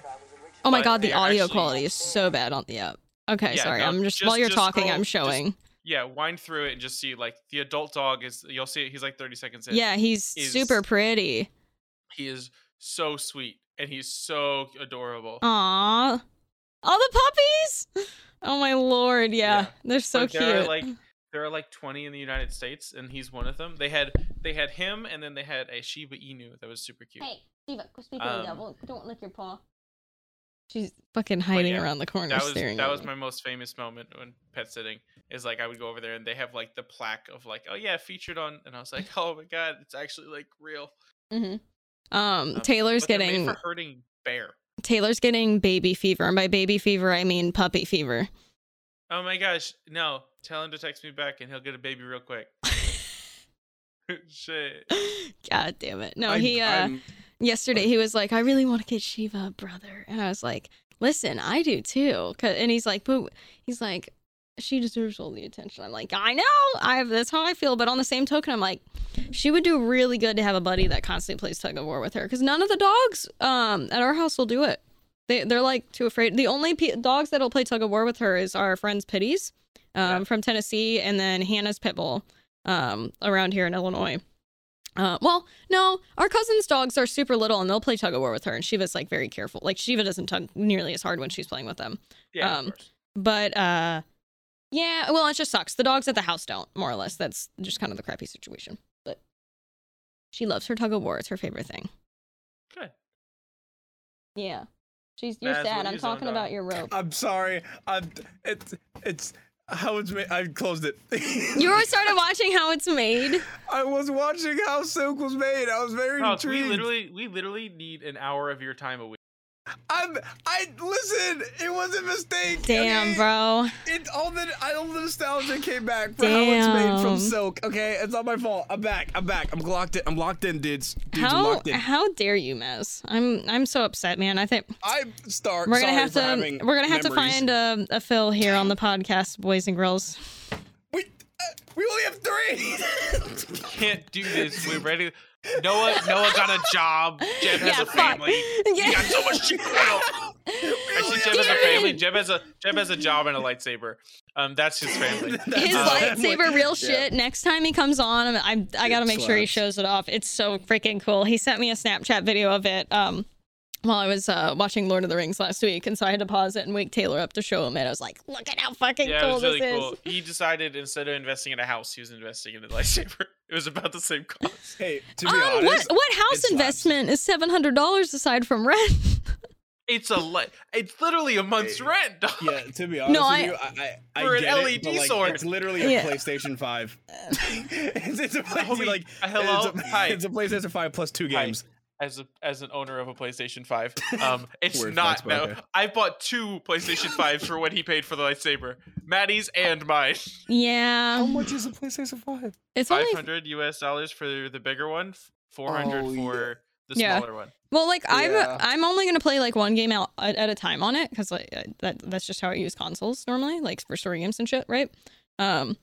Speaker 2: Oh my
Speaker 1: But
Speaker 2: god, the
Speaker 1: they're
Speaker 2: audio
Speaker 1: actually-
Speaker 2: quality is so bad on the app. Okay,
Speaker 1: Yeah,
Speaker 2: sorry.
Speaker 1: no,
Speaker 2: I'm just,
Speaker 1: just-
Speaker 2: while you're
Speaker 1: just
Speaker 2: talking,
Speaker 1: scroll-
Speaker 2: I'm
Speaker 1: just-
Speaker 2: showing.
Speaker 1: Yeah, wind through it and just see like the adult dog is. You'll see it. He's like thirty seconds in.
Speaker 2: yeah, he's
Speaker 1: is-
Speaker 2: super pretty.
Speaker 1: he is so sweet and he's so adorable.
Speaker 2: Aw. All the puppies? Oh my lord, yeah.
Speaker 1: Yeah.
Speaker 2: They're so
Speaker 1: Like,
Speaker 2: cute.
Speaker 1: There are like there are like twenty in the United States, and he's one of them. They had they had him, and then they had a Shiba Inu that was super cute.
Speaker 2: Hey, Diva, go speak
Speaker 1: to the Um, devil.
Speaker 2: Don't lick your paw. She's fucking hiding
Speaker 1: yeah,
Speaker 2: around the corner,
Speaker 1: that was
Speaker 2: staring.
Speaker 1: that
Speaker 2: at
Speaker 1: was
Speaker 2: me.
Speaker 1: my most famous moment when pet sitting is like I would go over there and they have like the plaque of like oh yeah featured on and I was like oh my god it's actually like real.
Speaker 2: Um,
Speaker 1: Um,
Speaker 2: Taylor's
Speaker 1: But they're made
Speaker 2: getting
Speaker 1: for herding bear.
Speaker 2: Taylor's getting baby fever, and by baby fever I mean puppy fever.
Speaker 1: Oh my gosh, no! Tell him to text me back and he'll get a baby real quick. Shit.
Speaker 2: God damn it! No,
Speaker 3: I-
Speaker 2: he uh,
Speaker 3: I'm-
Speaker 2: yesterday he was like, I really want to get Shiva, brother, and I was like, Listen, I do too. 'Cause- And he's like, But he's like, she deserves all the attention. I'm like, I know, I have that's how I feel. But on the same token, I'm like, she would do really good to have a buddy that constantly plays tug of war with her because none of the dogs um at our house will do it. They they're like too afraid. The only pe- dogs that'll play tug of war with her is our friends Pitties, um,
Speaker 1: Yeah.
Speaker 2: from Tennessee, and then Hannah's Pitbull, um, around here in Illinois. Uh, well, no, our cousin's dogs are super little, and they'll play tug of war with her, and Shiva's like very careful. Like Shiva doesn't tug nearly as hard when she's playing with them.
Speaker 1: Yeah,
Speaker 2: Um,
Speaker 1: of course.
Speaker 2: But uh, yeah, well, it just sucks. The dogs at the house don't, more or less. That's just kind of the crappy situation. But she loves her tug of war. It's her favorite thing.
Speaker 1: Good.
Speaker 2: Yeah. She's
Speaker 1: you're That's sad. what I'm you zoned talking about out.
Speaker 2: your rope.
Speaker 3: I'm sorry. I'm. It's. It's. How it's. Ma- I closed it.
Speaker 2: You were started watching how it's made.
Speaker 3: I was watching how silk was made. I was very
Speaker 1: Ross, we
Speaker 3: intrigued.
Speaker 1: literally we literally need an hour of your time a week.
Speaker 3: I'm. I listen. It was a mistake.
Speaker 2: Damn,
Speaker 3: okay?
Speaker 2: bro.
Speaker 3: It all the I- all the nostalgia came back for how it's made
Speaker 2: Damn.
Speaker 3: from silk. Okay, it's not my fault. I'm back. I'm back. I'm locked in. I'm locked in, dudes. dudes I'm
Speaker 2: How
Speaker 3: locked in.
Speaker 2: how dare you, Mez? I'm I'm so upset, man. I think
Speaker 3: I'm star.
Speaker 2: we're gonna
Speaker 3: sorry
Speaker 2: have
Speaker 3: for
Speaker 2: to
Speaker 3: having
Speaker 2: we're gonna have to
Speaker 3: memories.
Speaker 2: find um, a, a Phil here on the podcast, boys and girls.
Speaker 3: We, uh, we only have three.
Speaker 1: Can't do this. We're ready. Noah Noah got a job. Jeb has
Speaker 2: Yeah,
Speaker 1: a
Speaker 2: fuck.
Speaker 1: family.
Speaker 2: Yeah.
Speaker 1: You got so much shit going on. Actually, Jeb has a
Speaker 2: Damn
Speaker 1: family.
Speaker 2: it.
Speaker 1: Jeb has a Jeb has a job and a lightsaber. Um, that's his family.
Speaker 3: That's
Speaker 2: His
Speaker 1: Uh,
Speaker 2: lightsaber, real
Speaker 3: Yeah.
Speaker 2: shit. Next time he comes on, I'm, I'm, I gotta
Speaker 3: It
Speaker 2: make sure he
Speaker 3: slaps.
Speaker 2: shows it off. It's so freaking cool. He sent me a Snapchat video of it um, while I was uh, watching Lord of the Rings last week, and so I had to pause it and wake Taylor up to show him it. I was like, look at how fucking
Speaker 1: Yeah, it
Speaker 2: cool
Speaker 1: was really
Speaker 2: this
Speaker 1: cool.
Speaker 2: is.
Speaker 1: He decided instead of investing in a house, he was investing in a lightsaber. It was about the same cost.
Speaker 3: hey, to be
Speaker 2: Um, what
Speaker 3: honest,
Speaker 2: what house
Speaker 3: slaps.
Speaker 2: investment is seven hundred dollars aside from rent?
Speaker 1: It's a light. It's literally a month's
Speaker 3: Hey.
Speaker 1: rent. Dog.
Speaker 3: Yeah, to be honest
Speaker 2: No,
Speaker 3: with
Speaker 2: I-
Speaker 3: you, I, I, I
Speaker 1: For an
Speaker 3: get
Speaker 1: LED
Speaker 3: it, but, like,
Speaker 1: sword.
Speaker 3: It's literally a
Speaker 2: Yeah.
Speaker 3: PlayStation Five. it's, it's a play-
Speaker 1: Homie,
Speaker 3: like
Speaker 1: uh, hello?
Speaker 3: It's a,
Speaker 1: Hi.
Speaker 3: it's a PlayStation Five plus two
Speaker 1: Hi.
Speaker 3: games.
Speaker 1: As a as an owner of a PlayStation Five, um, it's
Speaker 3: Word,
Speaker 1: not
Speaker 3: that's
Speaker 1: no.
Speaker 3: okay.
Speaker 1: I bought two PlayStation Fives for what he paid for the lightsaber, Maddie's and mine.
Speaker 4: How
Speaker 2: yeah,
Speaker 4: much is a PlayStation Five?
Speaker 2: it's
Speaker 1: Five
Speaker 2: only
Speaker 1: hundred US dollars for the bigger one, four hundred
Speaker 4: Oh, yeah.
Speaker 1: for the
Speaker 2: Yeah.
Speaker 1: smaller one.
Speaker 2: Well, like I'm
Speaker 4: Yeah.
Speaker 2: I'm only gonna play like one game out at, at a time on it because like uh, that that's just how I use consoles normally, like for story games and shit, right? Um,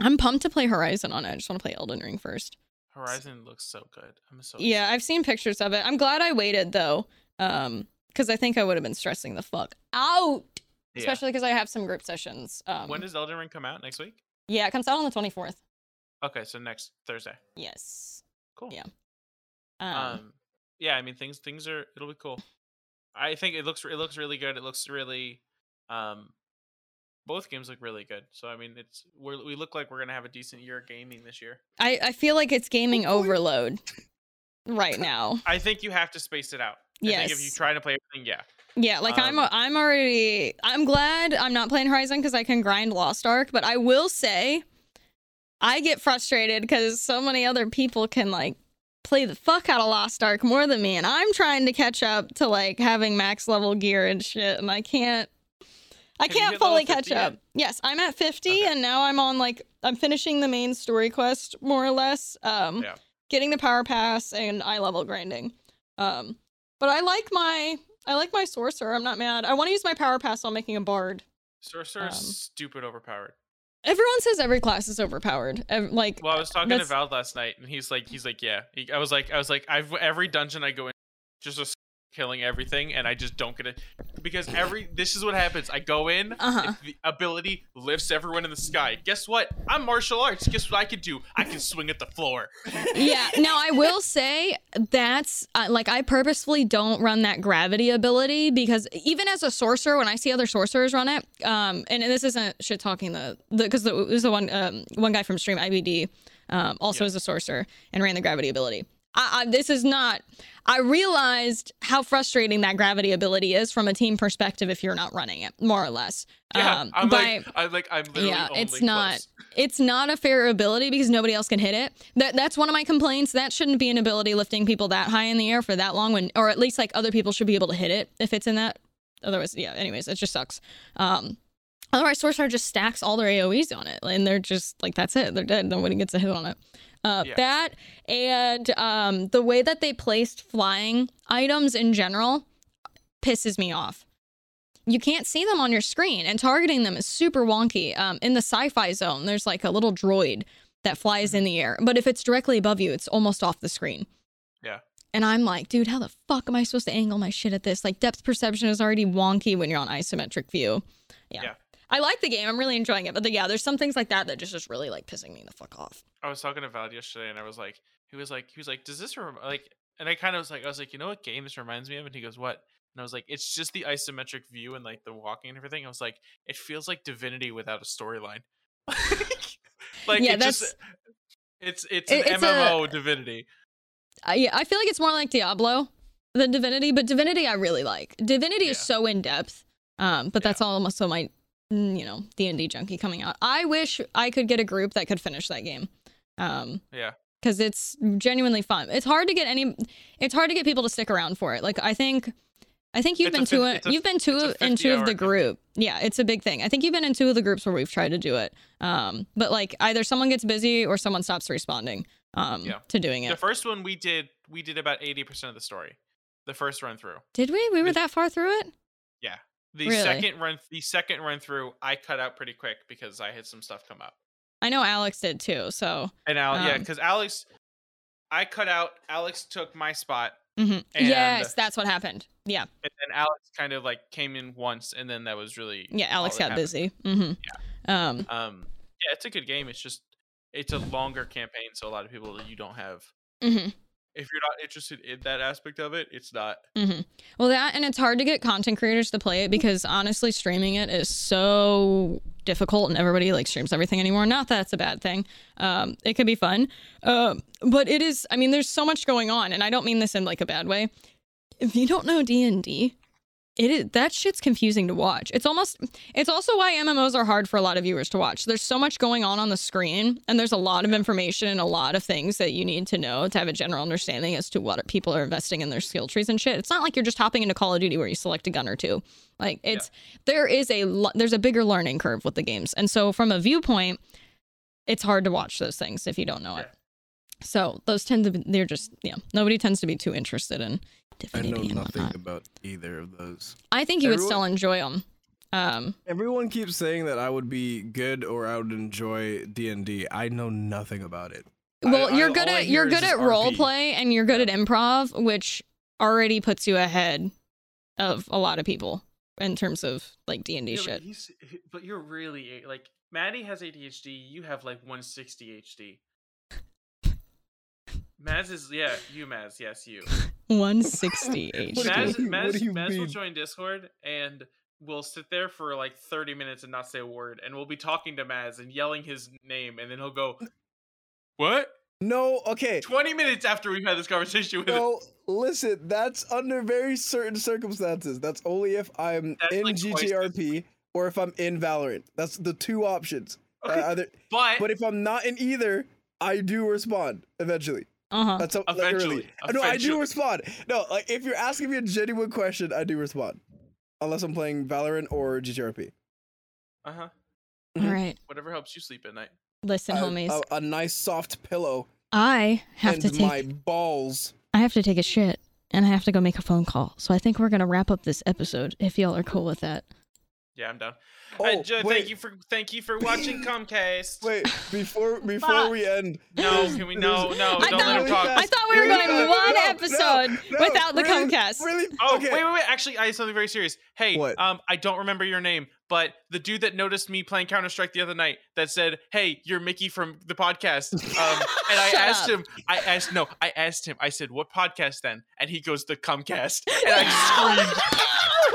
Speaker 2: I'm pumped to play Horizon on it. I just want to play Elden Ring first.
Speaker 1: Horizon looks so good. I'm so
Speaker 2: Yeah, I've seen pictures of it. I'm glad I waited though, um, because I think I would have been stressing the fuck out,
Speaker 1: Yeah.
Speaker 2: especially because I have some group sessions. Um,
Speaker 1: When does Elden Ring come out next week?
Speaker 2: yeah, it comes out on the 24th.
Speaker 1: Okay, so next Thursday.
Speaker 2: Yes.
Speaker 1: Cool.
Speaker 2: Yeah. um
Speaker 1: Um, yeah, I mean things things are it'll be cool. I think it looks it looks really good. It looks really, um, both games look really good. So I mean it's we're, we look like we're gonna have a decent year of gaming this year.
Speaker 2: I I feel like it's gaming overload right now.
Speaker 1: I think you have to space it out. I think if you
Speaker 2: Yes.
Speaker 1: try to play everything, yeah.
Speaker 2: Yeah, like I'm
Speaker 1: Um,
Speaker 2: I'm already I'm glad I'm not playing Horizon because I can grind Lost Ark, but I will say I get frustrated because so many other people can like play the fuck out of Lost Ark more than me, and I'm trying to catch up to like having max level gear and shit, and I can't I
Speaker 1: Have you
Speaker 2: can't
Speaker 1: hit level
Speaker 2: fully catch
Speaker 1: 50 yet?
Speaker 2: up. Yes, I'm at 50
Speaker 1: Okay.
Speaker 2: and now I'm on like I'm finishing the main story quest more or less. Um
Speaker 1: Yeah.
Speaker 2: getting the power pass and eye level grinding. Um but I like my I like my sorcerer. I'm not mad. I want to use my power pass while making a bard.
Speaker 1: Sorcerer's
Speaker 2: Um,
Speaker 1: stupid overpowered.
Speaker 2: Everyone says every class is overpowered. Ev- like
Speaker 1: Well, I was talking
Speaker 2: that's-
Speaker 1: to Val last night, and he's like, he's like, yeah. He, I was like, I was like, I've every dungeon I go in, just a s- killing everything, and I just don't get it because every this is what happens. I go in,
Speaker 2: Uh-huh.
Speaker 1: if the ability lifts everyone in the sky. Guess what? I'm martial arts. Guess what I can do? I can swing at the floor.
Speaker 2: yeah. Now I will say that's uh, like I purposefully don't run that gravity ability because even as a sorcerer, when I see other sorcerers run it, um, and this isn't shit talking the because the, this is the one um, one guy from Stream IBD, um, also
Speaker 1: Yeah.
Speaker 2: is a sorcerer and ran the gravity ability. I, I, this is not. I realized how frustrating that gravity ability is from a team perspective if you're not running it, more or less.
Speaker 1: Yeah,
Speaker 2: Um,
Speaker 1: I'm
Speaker 2: by-
Speaker 1: like, I'm like, I'm literally.
Speaker 2: yeah,
Speaker 1: only
Speaker 2: it's not.
Speaker 1: close.
Speaker 2: It's not a fair ability because nobody else can hit it. That that's one of my complaints. That shouldn't be an ability lifting people that high in the air for that long. When or at least like other people should be able to hit it if it's in that. Otherwise, yeah. Anyways, it just sucks. Um, otherwise, Sorcerer just stacks all their AOE's on it, and they're just like that's it. They're dead. Nobody gets a hit on it. Uh,
Speaker 1: Yeah.
Speaker 2: That and um, the way that they placed flying items in general pisses me off you can't see them on your screen, and targeting them is super wonky. Um, in the sci-fi zone, there's like a little droid that flies in the air, but if it's directly above you, it's almost off the screen.
Speaker 1: Yeah.
Speaker 2: And I'm like, dude, how the fuck am I supposed to angle my shit at this? Like, depth perception is already wonky when you're on isometric view. Yeah.
Speaker 1: Yeah.
Speaker 2: I like the game. I'm really enjoying it. But the, yeah, there's some things like that that just is really like pissing me the fuck off.
Speaker 1: I was talking to Valid yesterday, and I was like, he was like, he was like, does this rem-? like? And I kind of was like, I was like, you know what game this reminds me of? And he goes, what? And I was like, it's just the isometric view and like the walking and everything. I was like, it feels like Divinity without a storyline. like,
Speaker 2: Yeah,
Speaker 1: it just,
Speaker 2: that's-
Speaker 1: it's it's
Speaker 2: It-
Speaker 1: an
Speaker 2: it's a-
Speaker 1: MMO Divinity.
Speaker 2: I, yeah, I feel like it's more like Diablo than Divinity, but Divinity I really like. Divinity is
Speaker 1: Yeah. so
Speaker 2: so in depth, um, but that's almost so my mm, you know D and D junkie coming out. I wish I could get a group that could finish that game. Um,
Speaker 1: Yeah.
Speaker 2: because it's genuinely fun. It's hard to get any. It's hard to get people to stick around for it. Like I think, I think you've
Speaker 1: It's a
Speaker 2: been
Speaker 1: fif-
Speaker 2: two.
Speaker 1: it's a-
Speaker 2: you've been
Speaker 1: it's a
Speaker 2: two in two
Speaker 1: 50-hour
Speaker 2: of the
Speaker 1: thing.
Speaker 2: group. Yeah, it's a big thing. I think you've been in two of the groups where we've tried to do it. Um, but like either someone gets busy or someone stops responding. Um,
Speaker 1: Yeah.
Speaker 2: to doing it.
Speaker 1: The first one we did, we did about eighty percent of the story. The first run through.
Speaker 2: Did we? We were
Speaker 1: Did-
Speaker 2: that far through it?
Speaker 1: The
Speaker 2: Really?
Speaker 1: second run, the second run through, I cut out pretty quick because I had some stuff come up.
Speaker 2: I know Alex did too. So
Speaker 1: And Al, yeah,
Speaker 2: Um,
Speaker 1: because Alex, I cut out. Alex took my spot,
Speaker 2: Mhm.
Speaker 1: And- uh,
Speaker 2: yes, that's what happened. Yeah,
Speaker 1: and then Alex kind of like came in once, and then that was really
Speaker 2: yeah. Alex
Speaker 1: all that
Speaker 2: got busy. hmm Yeah. Um.
Speaker 1: Um, yeah, it's a good game. It's just it's a longer campaign, so a lot of people that you don't have.
Speaker 2: mhm.
Speaker 1: If you're not interested in that aspect of it, it's not.
Speaker 2: Well, that and it's hard to get content creators to play it because honestly, streaming it is so difficult, and everybody like streams everything anymore. Not that that's a bad thing. Um, it could be fun, um, but it is. I mean, there's so much going on, and I don't mean this in like a bad way. If you don't know D and D, it is that shit's confusing to watch. It's almost. It's also why MMOs are hard for a lot of viewers to watch. There's so much going on on the screen, and there's a lot of information and a lot of things that you need to know to have a general understanding as to what people are investing in their skill trees and shit. It's not like you're just hopping into Call of Duty where you select a gun or two. Like it's there is a lo- there's a bigger learning curve with the games, and so from a viewpoint, it's hard to watch those things if you don't know it. So those tend to be, they're just yeah nobody tends to be too interested in
Speaker 3: I
Speaker 2: divinity
Speaker 3: know
Speaker 2: and
Speaker 3: nothing
Speaker 2: whatnot.
Speaker 3: about either of those.
Speaker 2: I think you would
Speaker 3: Everyone-
Speaker 2: still enjoy them. Um,
Speaker 3: Everyone keeps saying that I would be good or I would enjoy D and D. I know nothing about it. I-
Speaker 2: Well,
Speaker 3: I-
Speaker 2: you're
Speaker 3: all
Speaker 2: good
Speaker 3: I
Speaker 2: at
Speaker 3: hear
Speaker 2: you're
Speaker 3: is
Speaker 2: good
Speaker 3: just
Speaker 2: at role
Speaker 3: RP.
Speaker 2: play and you're good at improv, which already puts you ahead of a lot of people in terms of like D and D shit.
Speaker 1: he's, but you're really like Maddie has ADHD. You have like 160 HD. Maz is yeah, you Maz, yes you.
Speaker 2: One sixty
Speaker 4: What do you-
Speaker 1: Maz,
Speaker 2: HD.
Speaker 4: what do you-
Speaker 1: Maz,
Speaker 4: what do you
Speaker 1: Maz will
Speaker 4: mean?
Speaker 1: join Discord and we'll sit there for like 30 minutes and not say a word. And we'll be talking to Maz and yelling his name. And then he'll go, What?
Speaker 4: No, okay.
Speaker 1: 20 minutes after we've had this conversation with him.
Speaker 4: No, listen, that's under very certain circumstances. That's only if I'm
Speaker 1: That's
Speaker 4: in
Speaker 1: like twice this
Speaker 4: GGRP or if I'm in Valorant. That's the two options. Uh,
Speaker 1: Okay, Eh.
Speaker 4: either-
Speaker 1: but,
Speaker 4: but if I'm not in either, I do respond eventually.
Speaker 2: Uh huh.
Speaker 4: That's how,
Speaker 1: Eventually,
Speaker 4: literally. No, I
Speaker 1: eventually.
Speaker 4: do respond. No, like if you're asking me a genuine question, I do respond. Unless I'm playing Valorant or GGRP.
Speaker 1: uh huh,
Speaker 2: All right.
Speaker 1: whatever helps you sleep at night.
Speaker 2: Listen,
Speaker 4: A-
Speaker 2: homies.
Speaker 4: a, a nice soft pillow
Speaker 2: I have
Speaker 4: oh. and
Speaker 2: to take
Speaker 4: my balls.
Speaker 2: I have to take a shit and I have to go make a phone call. So I think we're gonna wrap up this episode if y'all are cool with that.
Speaker 1: Yeah, I'm done.
Speaker 4: Oh,
Speaker 1: Uh, Jo-
Speaker 4: wait.
Speaker 1: thank you for thank you for watching Comcast.
Speaker 4: Wait, before before we end.
Speaker 1: No, can we? No, no,
Speaker 2: I
Speaker 1: don't let him
Speaker 2: thought-
Speaker 1: talk.
Speaker 2: I thought we were
Speaker 4: Really
Speaker 2: going
Speaker 4: fast. No,
Speaker 2: one
Speaker 4: no,
Speaker 2: episode
Speaker 4: no,
Speaker 2: without the
Speaker 4: really-
Speaker 2: Comcast.
Speaker 4: Really?
Speaker 1: Oh
Speaker 4: okay.
Speaker 1: wait, wait, wait! Actually, I have something very serious. Hey,
Speaker 4: What?
Speaker 1: um, I don't remember your name, but the dude that noticed me playing Counter Strike the other night that said, "Hey, you're Mickey from the podcast," um, and I
Speaker 2: Shut
Speaker 1: asked
Speaker 2: up.
Speaker 1: him, I asked, no, I asked him, I said, "What podcast then?" And he goes, "The Comcast," and I screamed.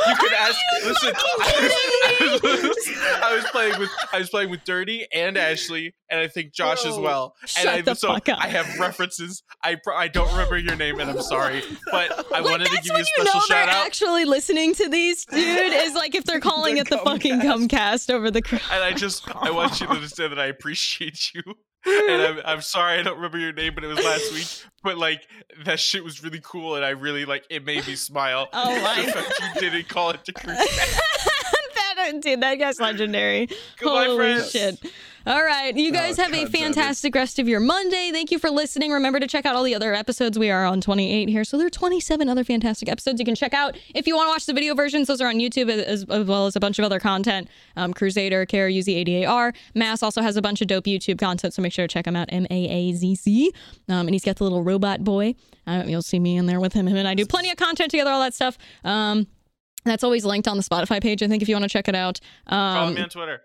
Speaker 1: You could ask. Listen, I was, I was- I was playing with I was playing with Dirty and Ashley, and I think Josh as
Speaker 4: Bro,
Speaker 1: well.
Speaker 2: shut
Speaker 1: and I,
Speaker 2: the
Speaker 1: so
Speaker 2: fuck up.
Speaker 1: I have references. I pro- I don't remember your name, and I'm sorry, but I
Speaker 2: Like,
Speaker 1: wanted to give
Speaker 2: that's
Speaker 1: you
Speaker 2: when
Speaker 1: a
Speaker 2: you
Speaker 1: special
Speaker 2: know they're
Speaker 1: shout out.
Speaker 2: actually listening to these, dude. Is like if they're calling
Speaker 4: The
Speaker 2: it the fucking Comcast over the crowd.
Speaker 1: and I just I want you to understand that I appreciate you. And I'm I'm sorry I don't remember your name, but it was last week. But like that shit was really cool, and I really like it made me smile.
Speaker 2: Oh my-
Speaker 1: the fact you didn't call it the crew.
Speaker 2: that dude, that guy's legendary.
Speaker 1: Goodbye,
Speaker 2: Holy
Speaker 1: friends.
Speaker 2: shit! All right. You guys
Speaker 4: Oh,
Speaker 2: have a
Speaker 4: God damn it.
Speaker 2: fantastic rest of your Monday. Thank you for listening. Remember to check out all the other episodes. We are on 28 here. So there are 27 other fantastic episodes you can check out. If you want to watch the video versions, those are on YouTube uh, as, as well as a bunch of other content. Um, Crusader, Care, UZADAR. Mass also has a bunch of dope YouTube content. So make sure to check him out. M A A Z C. Um, and he's got the little robot boy. Uh, you'll see me in there with him. Him and I do plenty of content together, all that stuff. Um, that's always linked on the Spotify page, I think, if you want to check it out.
Speaker 1: Follow
Speaker 2: Um,
Speaker 1: me on Twitter.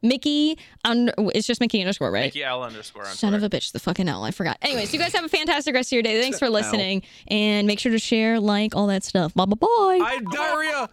Speaker 2: Mickey, un- it's just Mickey underscore, right?
Speaker 1: Mickey L underscore on
Speaker 2: Son
Speaker 1: Twitter.
Speaker 2: of a bitch, the fucking L. I forgot. Anyways, you guys have a fantastic rest of your day. Thanks for listening. And make sure to share, like, all that stuff. Bye bye bye.
Speaker 3: I have diarrhea.